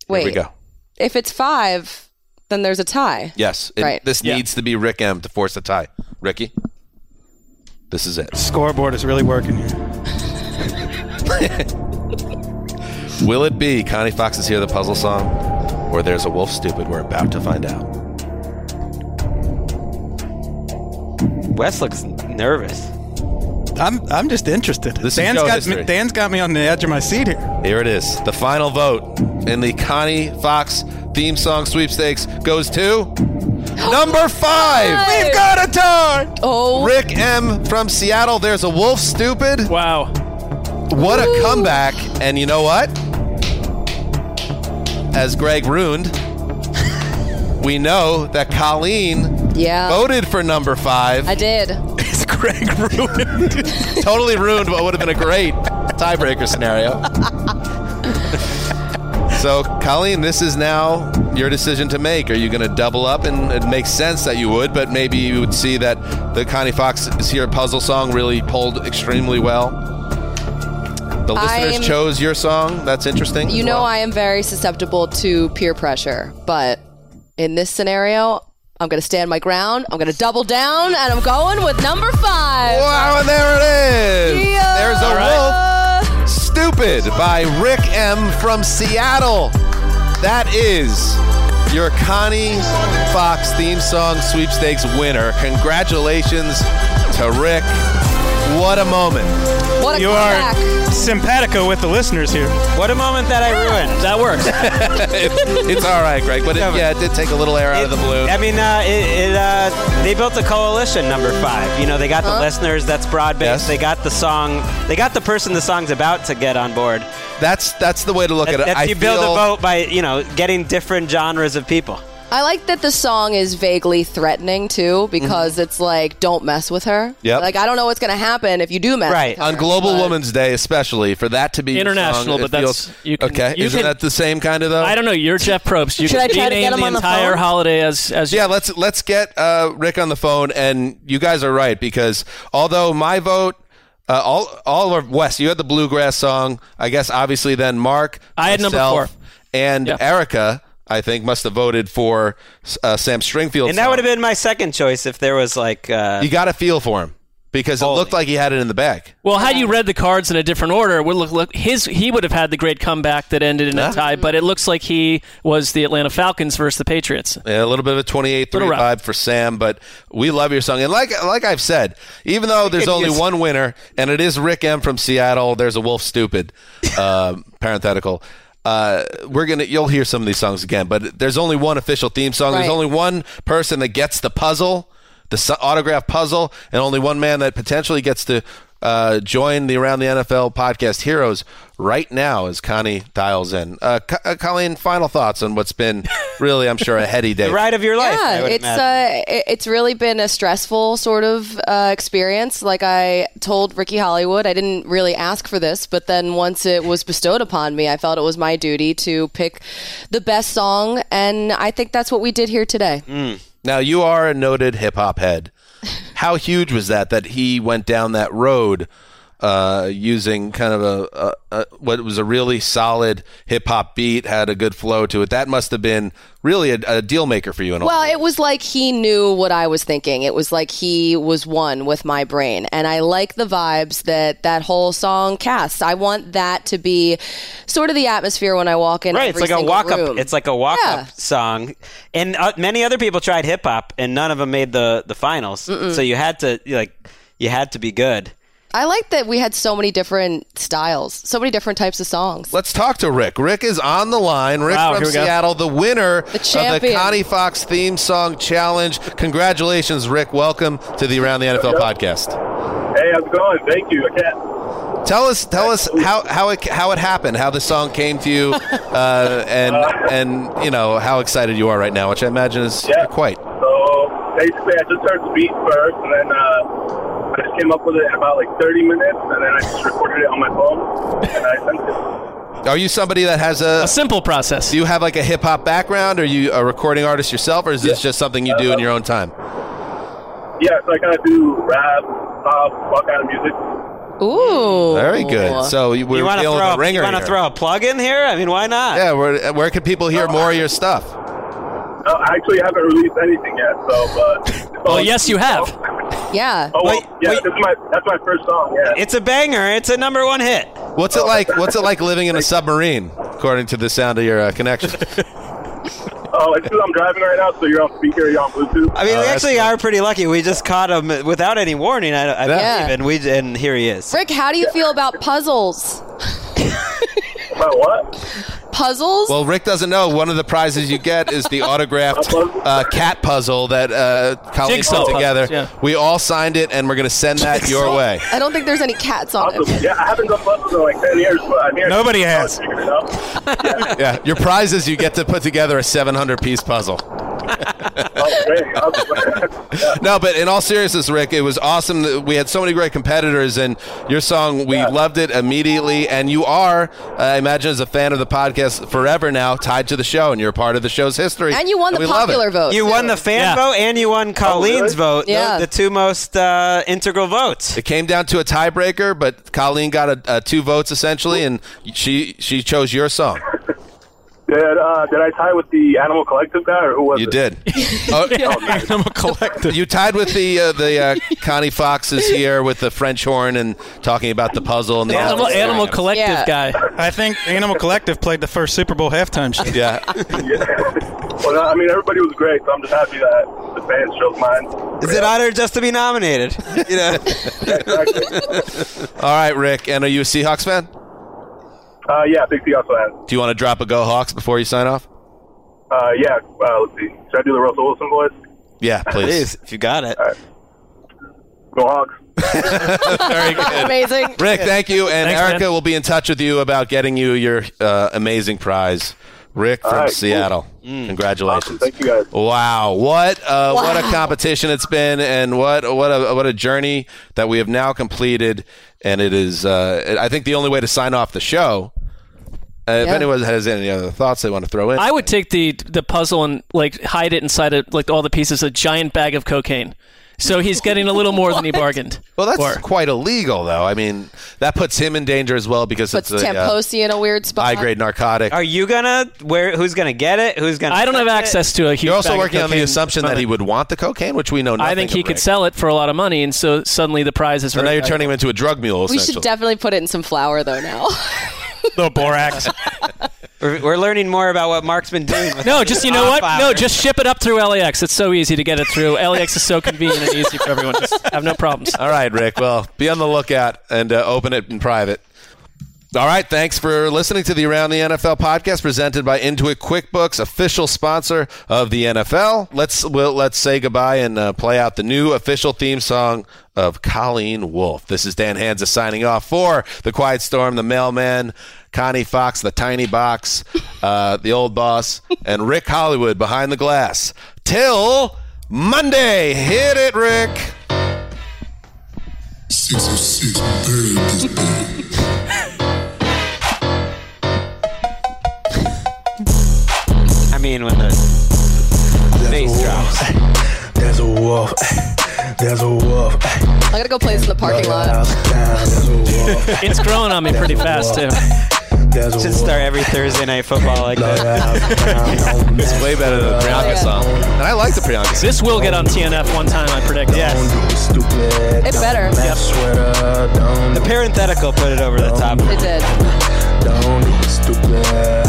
G: Wait.
C: Here we go.
G: If it's five, then there's a tie.
C: Yes. it-
G: Right.
C: This
E: Yeah.
C: needs to be Rick M to force the tie. Ricky, this is it.
D: Scoreboard is really working here.
C: Will it be Connie Fox's Hear the Puzzle Song or There's a Wolf Stupid? We're about to find out.
F: Wes looks nervous.
D: I'm I'm just interested.
C: This is
D: Dan's
C: show
D: got
C: history.
D: me, Dan's got me on the edge of my seat here.
C: Here it is. The final vote in the Connie Fox theme song sweepstakes goes to number five. We've got a tar.
G: Oh,
C: Rick M from Seattle. There's a wolf. Stupid.
E: Wow.
C: What a comeback! And you know what? As Greg ruined, we know that Colleen
G: Yeah.
C: voted for number five.
G: I did.
C: It's Greg ruined. totally ruined what would have been a great tiebreaker scenario. so, Colleen, this is now your decision to make. Are you going to double up? And it makes sense that you would, but maybe you would see that the Connie Fox is here puzzle song really pulled extremely well. The listeners
G: I'm-
C: chose your song. That's interesting.
G: You know, I am very susceptible to peer pressure, but in this scenario, I'm going to stand my ground. I'm going to double down, and I'm going with number five.
C: Wow, and there it is.
G: Yeah.
C: There's a wolf. Stupid by Rick M from Seattle. That is your Connie Fox theme song sweepstakes winner. Congratulations to Rick. What a moment.
G: What
D: you are simpatico with the listeners here.
F: What a moment that I ruined.
E: That works.
C: it's all right, Greg, but it, yeah, it did take a little air out of the balloon.
F: I mean, uh, it, it, uh, they built a coalition, number five. You know, they got the listeners, that's broad based. They got the song, they got the person the song's about to get on board.
C: That's that's the way to look at it.
F: That's,
C: I
F: you build
C: feel-
F: a vote by, you know, getting different genres of people.
G: I like that the song is vaguely threatening too, because it's like, don't mess with her.
C: Yep.
G: Like, I don't know what's going to happen if you do mess. With her.
C: on Global Women's Day, especially for that to be your
E: International,
C: song, it
E: but that's-
C: feels-
E: you can-
C: okay.
E: you
C: Isn't
E: can-
C: that the same kind of though?
E: I don't know. You're Jeff Probst. You
G: Should
E: can
G: I try to
E: rename
G: get him
E: the
G: on the
E: entire
G: phone?
E: holiday as as
C: yeah let's let's get uh, rick on the phone and you guys are right because although my vote uh, all all of west you had the bluegrass song i guess obviously then mark
E: I had number
C: myself,
E: four.
C: and erica i think must have voted for uh, sam stringfield
F: And that would have been my second choice if there was like. Uh,
C: you got a feel for him because it looked like he had it in the bag
E: Well, had you read the cards in a different order, would look, look his he would have had the great comeback that ended in a tie. But it looks like he was the Atlanta Falcons versus the Patriots.
C: Yeah, a little bit of a 28
E: Little
C: 3
E: rough.
C: vibe for Sam, but we love your song. And like like I've said, even though there's only
F: Yes.
C: one winner, and it is Rick M from Seattle, there's a wolf stupid, uh, parenthetical. Uh, we're gonna you'll hear some of these songs again, but there's only one official theme song. There's
G: Right.
C: only one person that gets the puzzle, the su- autograph puzzle, and only one man that potentially gets to uh, join the Around the NFL podcast heroes right now as Connie dials in. Uh, Co- uh, Colleen, final thoughts on what's been really, I'm sure, a heady day.
F: the ride of your life. I
G: Yeah,
F: would
G: it's
F: imagine.
G: uh, it- it's really been a stressful sort of uh, experience. Like I told Ricky Hollywood, I didn't really ask for this, but then once it was bestowed upon me, I felt it was my duty to pick the best song, and I think that's what we did here today.
C: Now you are a noted hip hop head. How huge was that that he went down that road uh, using kind of a, a, a what was a really solid hip hop beat, had a good flow to it. That must have been really a, a deal maker for you. And all.
G: Well, it was like he knew what I was thinking. It was like he was one with my brain. And I like the vibes that that whole song casts. I want that to be sort of the atmosphere when I walk in.
F: Right, it's
G: every
F: like a
G: single
F: walk up.
G: room.
F: It's like a walk
G: Yeah.
F: up song, and uh, many other people tried hip hop, and none of them made the the finals. So you had to like, you had to be good.
G: I like that we had so many different styles, so many different types of songs.
C: Let's talk to Rick. Rick is on the line. Rick
E: Wow,
C: from
E: here we go.
C: Seattle, the winner of the
G: champion.
C: Connie Fox theme song challenge. Congratulations, Rick. Welcome to the Around the NFL podcast.
K: Hey, how's it going? Thank you. I can't,
C: Tell us, tell us how, how it how it happened, how the song came to you, uh, and and you know how excited you are right now, which I imagine is quite.
K: so basically, I just heard the beat first, and then uh, I just came up with it in about like 30 minutes, and then I just recorded it on my phone, and I sent it.
C: Are you somebody that has a?
E: A simple process.
C: do you have like a hip hop background? Are you a recording artist yourself, or is this just something you do in your own time?
K: Yeah, so I kind of do rap, pop, all kind of music.
G: Ooh.
C: Very good. So you- we're
F: you want to
C: dealing
F: throw
C: with a
F: a,
C: ringer
F: you want to
C: here.
F: throw a plug in here? I mean, why not?
C: Yeah, where where can people
G: Oh,
C: hear more of your stuff?
K: No, I actually haven't released anything yet, so. But,
E: Well, Oh, yes, you have.
G: Yeah.
K: Oh, well, yeah, That's, my, that's my first song, yeah.
F: It's a banger. It's a number one hit.
C: What's
G: Oh.
C: it like? What's it like living in a submarine, according to the sound of your uh, connection?
K: Oh, it's because I'm driving right now, so you're on speaker, you're on Bluetooth.
F: I mean,
C: Oh,
F: we actually are pretty lucky. We just caught him without any warning. I, I
G: Yeah.
F: believe, and we and here he is.
G: Rick, how do you feel about puzzles?
K: about what?
G: Puzzles?
C: Well, Rick doesn't know. One of the prizes you get is the autographed uh, cat puzzle that uh, Colleen
G: Jigsaw
C: put
G: puzzles,
C: together.
G: yeah.
C: We all signed it, and we're going to send that your way.
G: I don't think there's any cats on it.
K: Yeah, I haven't done puzzles in like 10 years, but I'm here.
C: Nobody
K: I'm
C: has.
K: figuring it out.
C: Yeah, your prize is you get to put together a 700 piece puzzle.
K: Oh, great. Awesome.
C: No, but in all seriousness, Rick, it was awesome. That we had so many great competitors, and your song, we loved it immediately. And you are, uh, I imagine, as a fan of the podcast forever now, tied to the show, and you're a part of the show's history.
G: And you won the
C: we love it.
G: popular vote.
F: You won the fan vote and you
K: Oh,
F: won Colleen's vote. Those-
G: Yeah.
F: The, two most uh, integral votes.
C: It came down to a tiebreaker, but Colleen got a, a two votes essentially, and she she chose your song.
K: Did, uh, did I tie with the Animal Collective guy, or who was
C: You
K: it?
C: did. Oh, You tied with the uh, the uh, Connie Fox is here with the French horn and talking about the puzzle and the
D: Collective guy. I think Animal Collective played the first Super Bowl halftime show.
C: Yeah.
K: Well, no, I mean, everybody was great, so I'm just happy that the fans showed mine.
F: Is it honored just to be nominated? You know.
C: All right, Rick. And are you a Seahawks fan?
K: Uh, yeah, big Seahawks fan.
C: Do you want to drop a go Hawks before you sign off?
K: Uh, yeah, uh, let's see. Should I do the Russell Wilson voice?
C: Yeah, please.
F: if you got it.
K: Go Hawks.
C: Very good.
G: Amazing.
C: Rick, thank you. And
G: Thanks,
C: Erica
G: man.
C: will be in touch with you about getting you your uh, amazing prize. Rick from
K: All right, cool.
C: Seattle. Congratulations.
K: Thank you guys.
C: Wow, what uh, what a
K: Wow.
C: competition it's been, and what what a what a journey that we have now completed, and it is uh, I think the only way to sign off the show. Uh, If
E: Yeah.
C: anyone has any other thoughts they want to throw in,
E: I would take the the puzzle and like hide it inside of like all the pieces a giant bag of cocaine. So he's getting a little more than he bargained.
C: well, that's
E: for.
C: quite illegal, though. I mean, that puts him in danger as well because
G: Puts
C: it's a uh,
G: Tamposi in a weird spot.
C: high grade narcotic.
F: Are you gonna where? Who's gonna get it? Who's gonna?
E: I don't have
F: touch
E: access
F: it?
E: to a huge.
C: You're also
E: bag of
C: working on the
E: cocaine
C: assumption that
E: from
C: he
E: it.
C: would want the cocaine, which we know nothing.
E: I think he
C: of,
E: could
C: Rick.
E: sell it for a lot of money, and so suddenly the prize is.
C: So now you're turning him into a drug mule.
G: we should definitely put it in some flour though now.
D: the borax.
F: We're, we're learning more about what Mark's been doing. With
E: No, just you know what?
F: Off
E: No,
F: hours.
E: just ship it up through LAX. It's so easy to get it through. LAX is so convenient and easy for everyone. Just have no problems.
C: All right, Rick. Well, be on the lookout and uh, open it in private. All right, thanks for listening to the Around the NFL podcast presented by Intuit QuickBooks, official sponsor of the NFL. Let's we'll, let's say goodbye and uh, play out the new official theme song of Colleen Wolfe. This is Dan Hansa signing off for the Quiet Storm, the Mailman, Connie Fox, the Tiny Box, uh, the Old Boss, and Rick Hollywood behind the glass. Till Monday, hit it, Rick.
L: 606 Bird
F: I mean, when the bass drops.
J: There's a wolf. There's a wolf.
G: I gotta go play this in the parking lot.
E: It's growing on me pretty fast too.
F: Should start every Thursday night football like that.
C: it's way better than the Priyanka song. And I like the Priyanka song.
E: This will get on TNF one time, I predict. Yes.
J: Stupid.
G: It better.
J: Sweater. Don't
F: The parenthetical put it over the top.
G: It did.
J: don't be stupid.